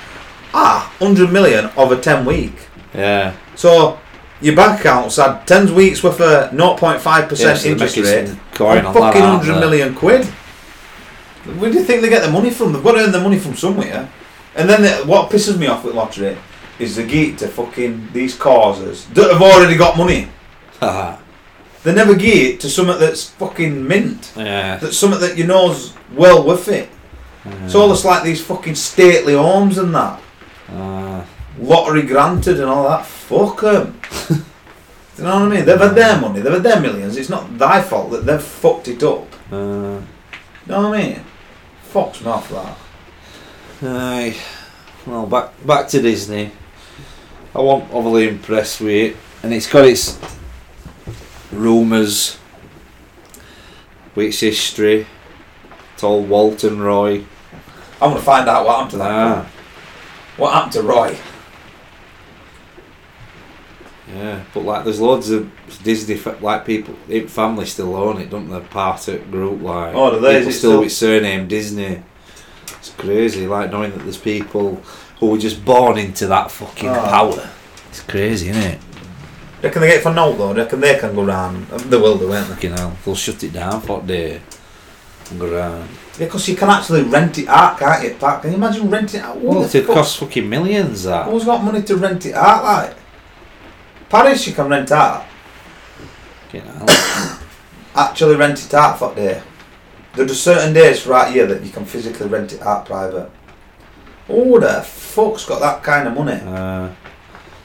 Ah, 100 million over 10 week. Yeah. So your bank account's had 10 weeks worth of 0.5% yeah so they're interest making rate. some coin Oh, on that, fucking aren't hundred they? million quid. Where do you think they get the money from? They've got to earn the money from somewhere. And then the, what pisses me off with lottery is the geek to fucking these causes that have already got money. Haha. They never give it to something that's fucking mint. yeah. That's something that you know's well worth it. It's almost like these fucking stately homes and that. Ah. Lottery granted and all that. Fuck 'em. you know what I mean? They've had their money, they've had their millions. It's not thy fault that they've fucked it up. uh, You know what I mean? Fuck's not that. Aye. Well, back back to Disney. I wasn't overly impressed with it, and it's got its rumours, with its history. It's all Walton Roy. I'm gonna find out what happened to that. Ah, What happened to Roy? yeah. But like, there's loads of Disney fa- like people. It family still own it, don't they? Part of group like. Oh, do they? Is People it still still- with surname Disney. It's crazy, like knowing that there's people who were just born into that fucking Oh. power. It's crazy, isn't it? Reckon they get it for naught though. Reckon they can go round. They will do, won't they? Fucking hell, they'll shut it down for a day and go round. Because you can actually rent it out, can't you? Pat? Can you imagine renting it out? Who Well, the it'd fuck- cost fucking millions that. Who's got money to rent it out like? Paris, you can rent out. Fucking hell. Actually, rent it out for a day. There are certain days throughout the year that you can physically rent it out private. who the fuck's got that kind of money? Uh,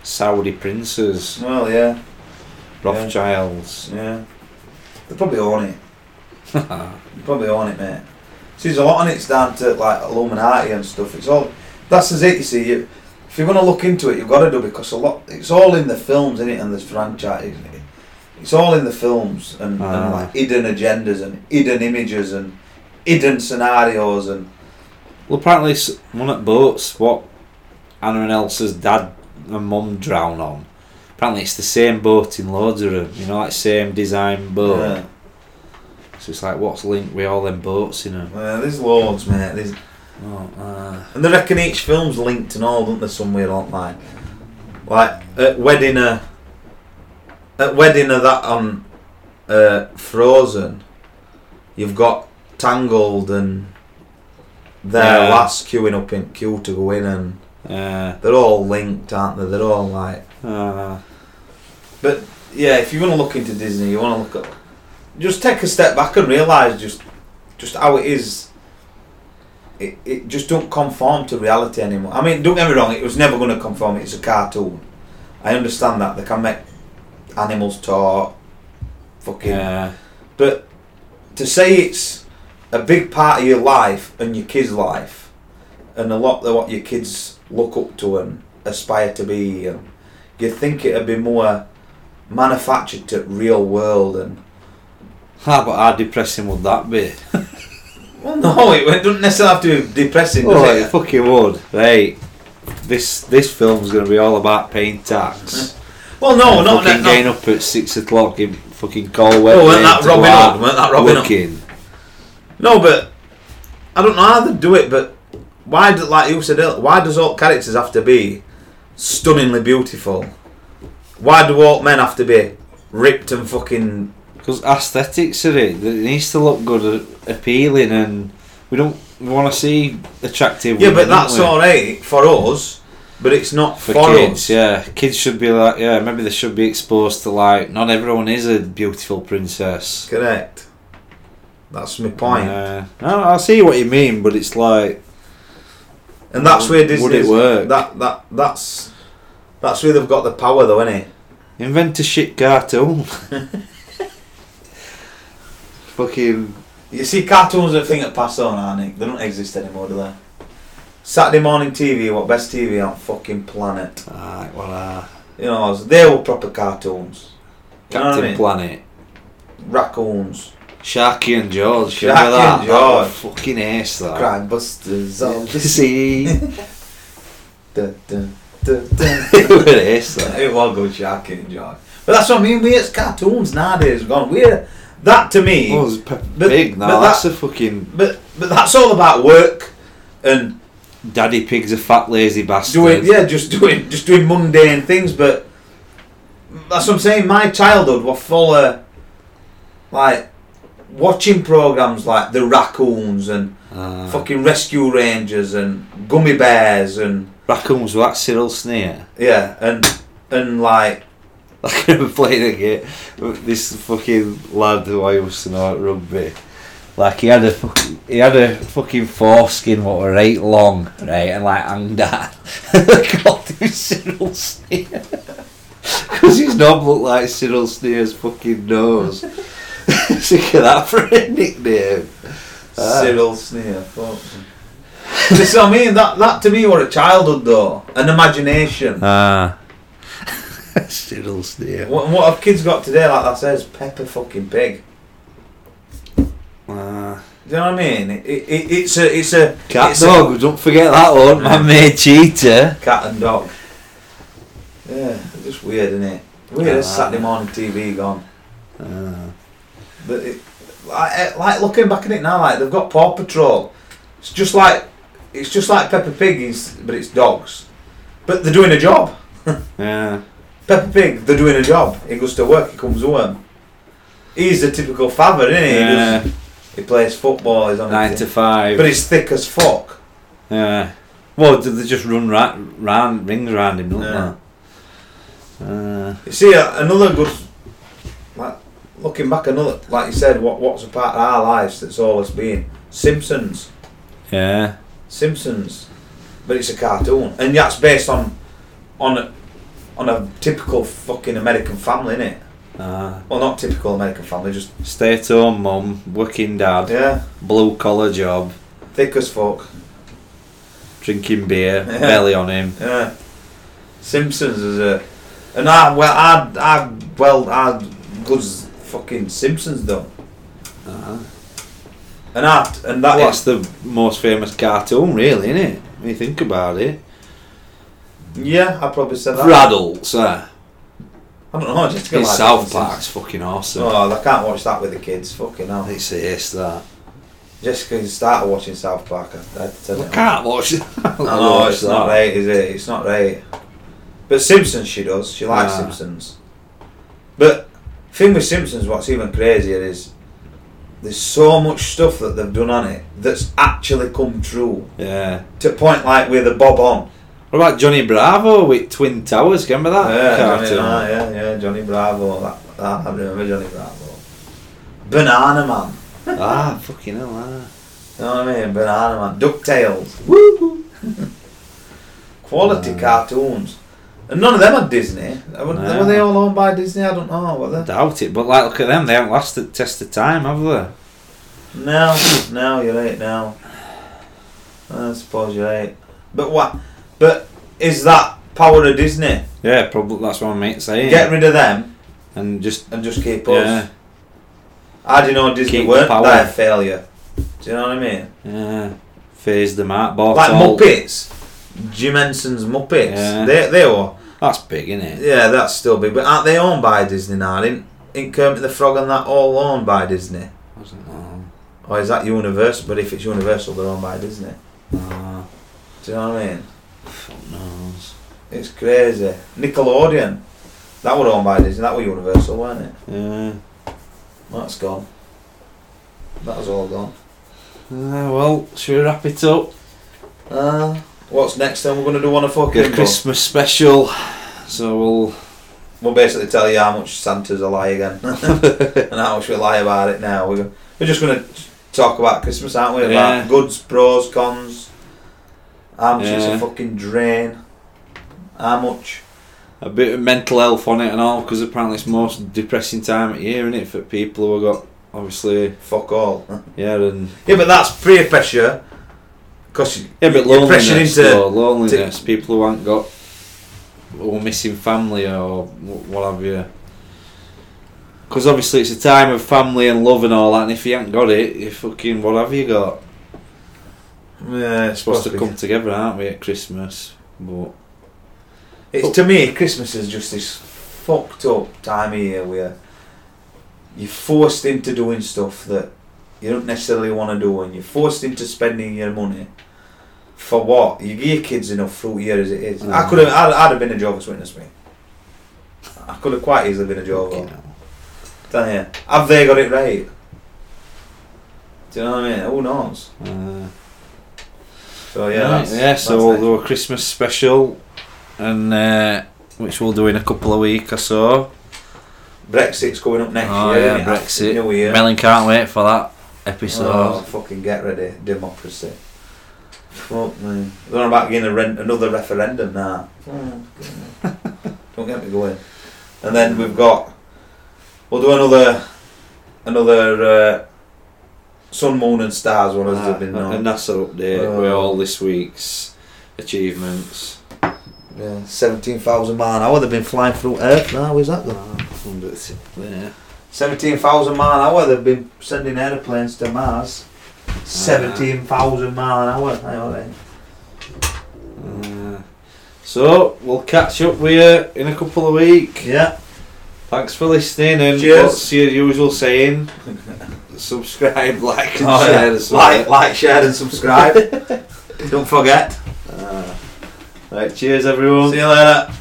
Saudi princes, Well, yeah, Rothschilds. yeah. They probably own it. They probably own it, mate. See, there's a lot on it's down to like Illuminati and stuff. It's all that's as it. You see, you, if you're gonna look into it, you've got to do because a lot. It's all in the films, isn't it? And there's franchise, isn't it? It's all in the films and, Ah. and like hidden agendas and hidden images and hidden scenarios and Well, apparently, s- one at boats, what Anna and Elsa's dad and mum drown on. Apparently, it's the same boat in loads of them. You know, like same design boat. yeah. So it's like, what's linked with all them boats in them? Well, there's loads, mate. There's, Oh, uh, and they reckon each film's linked and all, don't they? Somewhere online, like at wedding uh, at wedding of that on uh, Frozen, you've got Tangled and their Yeah. last queuing up in queue to go in, and uh, they're all linked, aren't they? They're all like, uh, but yeah, if you want to look into Disney, you want to look at, just take a step back and realize just just how it is. It, it just don't conform to reality anymore. I mean, don't get me wrong; it was never going to conform. It's a cartoon. I understand that they can make animals talk, fucking. yeah. But to say it's a big part of your life and your kids' life, and a lot of what your kids look up to and aspire to be, and you think it'd be more manufactured to real world and. Ah, but how depressing would that be? Well, no, it doesn't necessarily have to be depressing, does Oh, it it? fucking would. Right. This this film's going to be all about paying tax. Well, no, not fucking ne- getting no. up at six o'clock in fucking cold weather. Oh, weren't to that go Robin out Hood? Weren't that Robin Hood? working. no, but I don't know how they do it. But why, do, like you said, earlier, why does all characters have to be stunningly beautiful? Why do all men have to be ripped and fucking Because aesthetics are it. It needs to look good, a- appealing, and we don't want to see attractive. Yeah, women, but that's don't we? all right for us, but it's not for for, kids. us. Yeah, kids should be like yeah. Maybe they should be exposed to like not everyone is a beautiful princess. Correct. That's my point. Yeah. no, I see what you mean, but it's like And that's where Disney Would it work? That that that's that's where they've got the power though, innit? invent a shit cartoon. Fucking You see cartoons are a thing that passed on, aren't they? They don't exist anymore, do they? Saturday morning TV, what best TV on fucking planet. alright, well, uh, You know, they were proper cartoons. You know what I Captain mean? Planet, Raccoons, Sharky and George. Sharky remember and that? That were George. fucking ace that. crime busters, all to this. see. Da, da, da, da. ace that. It will go Sharky and George. But that's what I mean, we're it's cartoons nowadays gone. We're that to me Well, Oh, it's pe- But- pig now. but that's that- a fucking but but that's all about work and daddy pig's a fat lazy bastard. doing yeah, just doing just doing mundane things but that's what I'm saying, my childhood were full of like watching programmes like the raccoons and Ah. fucking rescue rangers and gummy bears and raccoons were that Cyril Sneer. yeah and and like I can remember playing a game with this fucking lad who I used to know at rugby. Like he had a fucking, he had a fucking foreskin what were right long, right, and like hung down. They called him Cyril Sneer. Because his knob looked like Cyril Sneer's fucking nose. Sick of that for a nickname. Ah. Cyril Sneer. Fuck. That's what I mean. That that to me were a childhood though, an imagination. Ah. Cyril Sneer. What, what have kids got today? Like that says Pepper fucking pig. Ah. Do you know what I mean? It, it, it's a it's a Cat it's dog, don't forget that one. My mate Cheetah. a cat and dog. Yeah, it's just weird, isn't it? Weird. Yeah, it's man. Saturday morning TV gone. Ah. But it, like, eh, like looking back at it now, like they've got Paw Patrol. It's just like it's just like Peppa Pig, is, but it's dogs. But they're doing a job. Yeah. Peppa Pig, they're doing a job. He goes to work, he comes home. He's a typical father, isn't he? He yeah. does- He, plays football, he's on Nine a to team. five. But he's thick as fuck. yeah. Well, did they just run ra- round rings round him, don't Yeah. they? Uh, You see, a- another good. Like, looking back, another. Like you said, what what's a part of our lives that's always been? Simpsons. yeah. Simpsons. but it's a cartoon, and that's based on on a, on a typical fucking American family, innit? Uh, Well, not typical American family, just stay at home mum, working dad, yeah, blue collar job, thick as fuck. drinking beer, Yeah. belly on him. Yeah, Simpsons is a, and I well I I well I goods fucking Simpsons done, Uh, and I and that well, that's was the most famous cartoon, really, isn't it? When you think about it, yeah I probably said that. for adults, eh? I don't know. Just It's South Park's fucking awesome. Oh, I can't watch that with the kids. Fucking hell. It's ace that. Jessica started watching South Park. I, I had to turn I it off. can't watch that. I know it's not right, is it? It's not right. But Simpsons, she does. She likes Ah. Simpsons. But thing with Simpsons, what's even crazier is there's so much stuff that they've done on it that's actually come true Yeah. to a point like with the Bob on. What about Johnny Bravo with Twin Towers? Can you Remember yeah, that Johnny, cartoon? ah, yeah, yeah, Johnny Bravo. That, that, I remember Johnny Bravo. Banana Man. ah, fucking hell. Ah. You know what I mean? Banana Man. DuckTales. Woo! Quality Mm. Ah. cartoons. And none of them are Disney. Were, No. were they all owned by Disney? I don't know. Were they? I doubt it, but like, look at them. They haven't lasted test of time, have they? No, no, you're right now. I suppose you're right. But what? But is that power of Disney? Yeah, probably. That's what my mate's saying. Get rid of them and just and just keep us. yeah, How do you know Disney Keep the weren't power. their failure? Do you know what I mean? yeah, phase them out. Bought like all- Muppets, Jim Henson's Muppets. Yeah. They they were. That's big, isn't it? Yeah, that's still big. But aren't they owned by Disney now? Isn't, isn't Kermit the Frog and that all owned by Disney? I don't know. Or is that Universal? But if it's Universal, they're owned by Disney. Ah, Do you know what I mean? fuck knows. It's crazy. Nickelodeon. That were owned by Disney. That were Universal, weren't it? Yeah. That's gone. That was all gone. Ah, well, should we wrap it up? Uh, what's next then? We're going to do one of fucking... Get a Christmas special. So we'll. We'll basically tell you how much Santa's a lie again. and how much we lie about it now. We're, we're just going to talk about Christmas, aren't we? Yeah. About goods, pros, cons. How much it's Yeah. a fucking drain. How much... a bit of mental health on it and all because apparently it's the most depressing time of year, is it, for people who have got obviously Fuck all. yeah and yeah, but that's peer pressure. Because yeah, but you're loneliness, pressured into... though, loneliness. people who haven't got or missing family or wh- what have you. Because obviously it's a time of family and love and all that, and if you haven't got it, you fucking what have you got? Yeah, it's It's supposed supposed to come together, aren't we, at Christmas? But Oh. It's to me, Christmas is just this fucked up time of year where you're forced into doing stuff that you don't necessarily want to do, and you're forced into spending your money. For what? You give your kids enough through the year as it is. I Mm. could have. I'd, I'd have been a Jehovah's Witness, mate. I could have quite easily been a you Jehovah. know, Tell you, have they got it right? Do you know what I mean? Who knows? uh, So yeah, Yeah, that's, yeah. So that's we'll nice. do a Christmas special, and uh, which we'll do in a couple of weeks or so. Brexit's coming up next oh year. yeah, innit? Brexit. New year. Melon can't wait for that episode. Oh, fucking get ready, democracy. Fuck me. They're on about getting a rent, another referendum now. Don't get me going. And then we've got, we'll do another, another uh, sun, moon, and stars one as they've been Ah, a known. NASA update Oh. with all this week's achievements. Yeah, seventeen thousand mile an hour. They've been flying through Earth now. Where's that gone? Yeah. Seventeen thousand mile an hour. They've been sending airplanes to Mars. Seventeen thousand mile an hour. I know that. Uh, so we'll catch up with you in a couple of weeks. Yeah. Thanks for listening, and Cheers. what's your usual saying? Subscribe, like, and Oh, yeah. share. as well. Like, like, share, and subscribe. Don't forget. Uh, right, cheers everyone. See you later.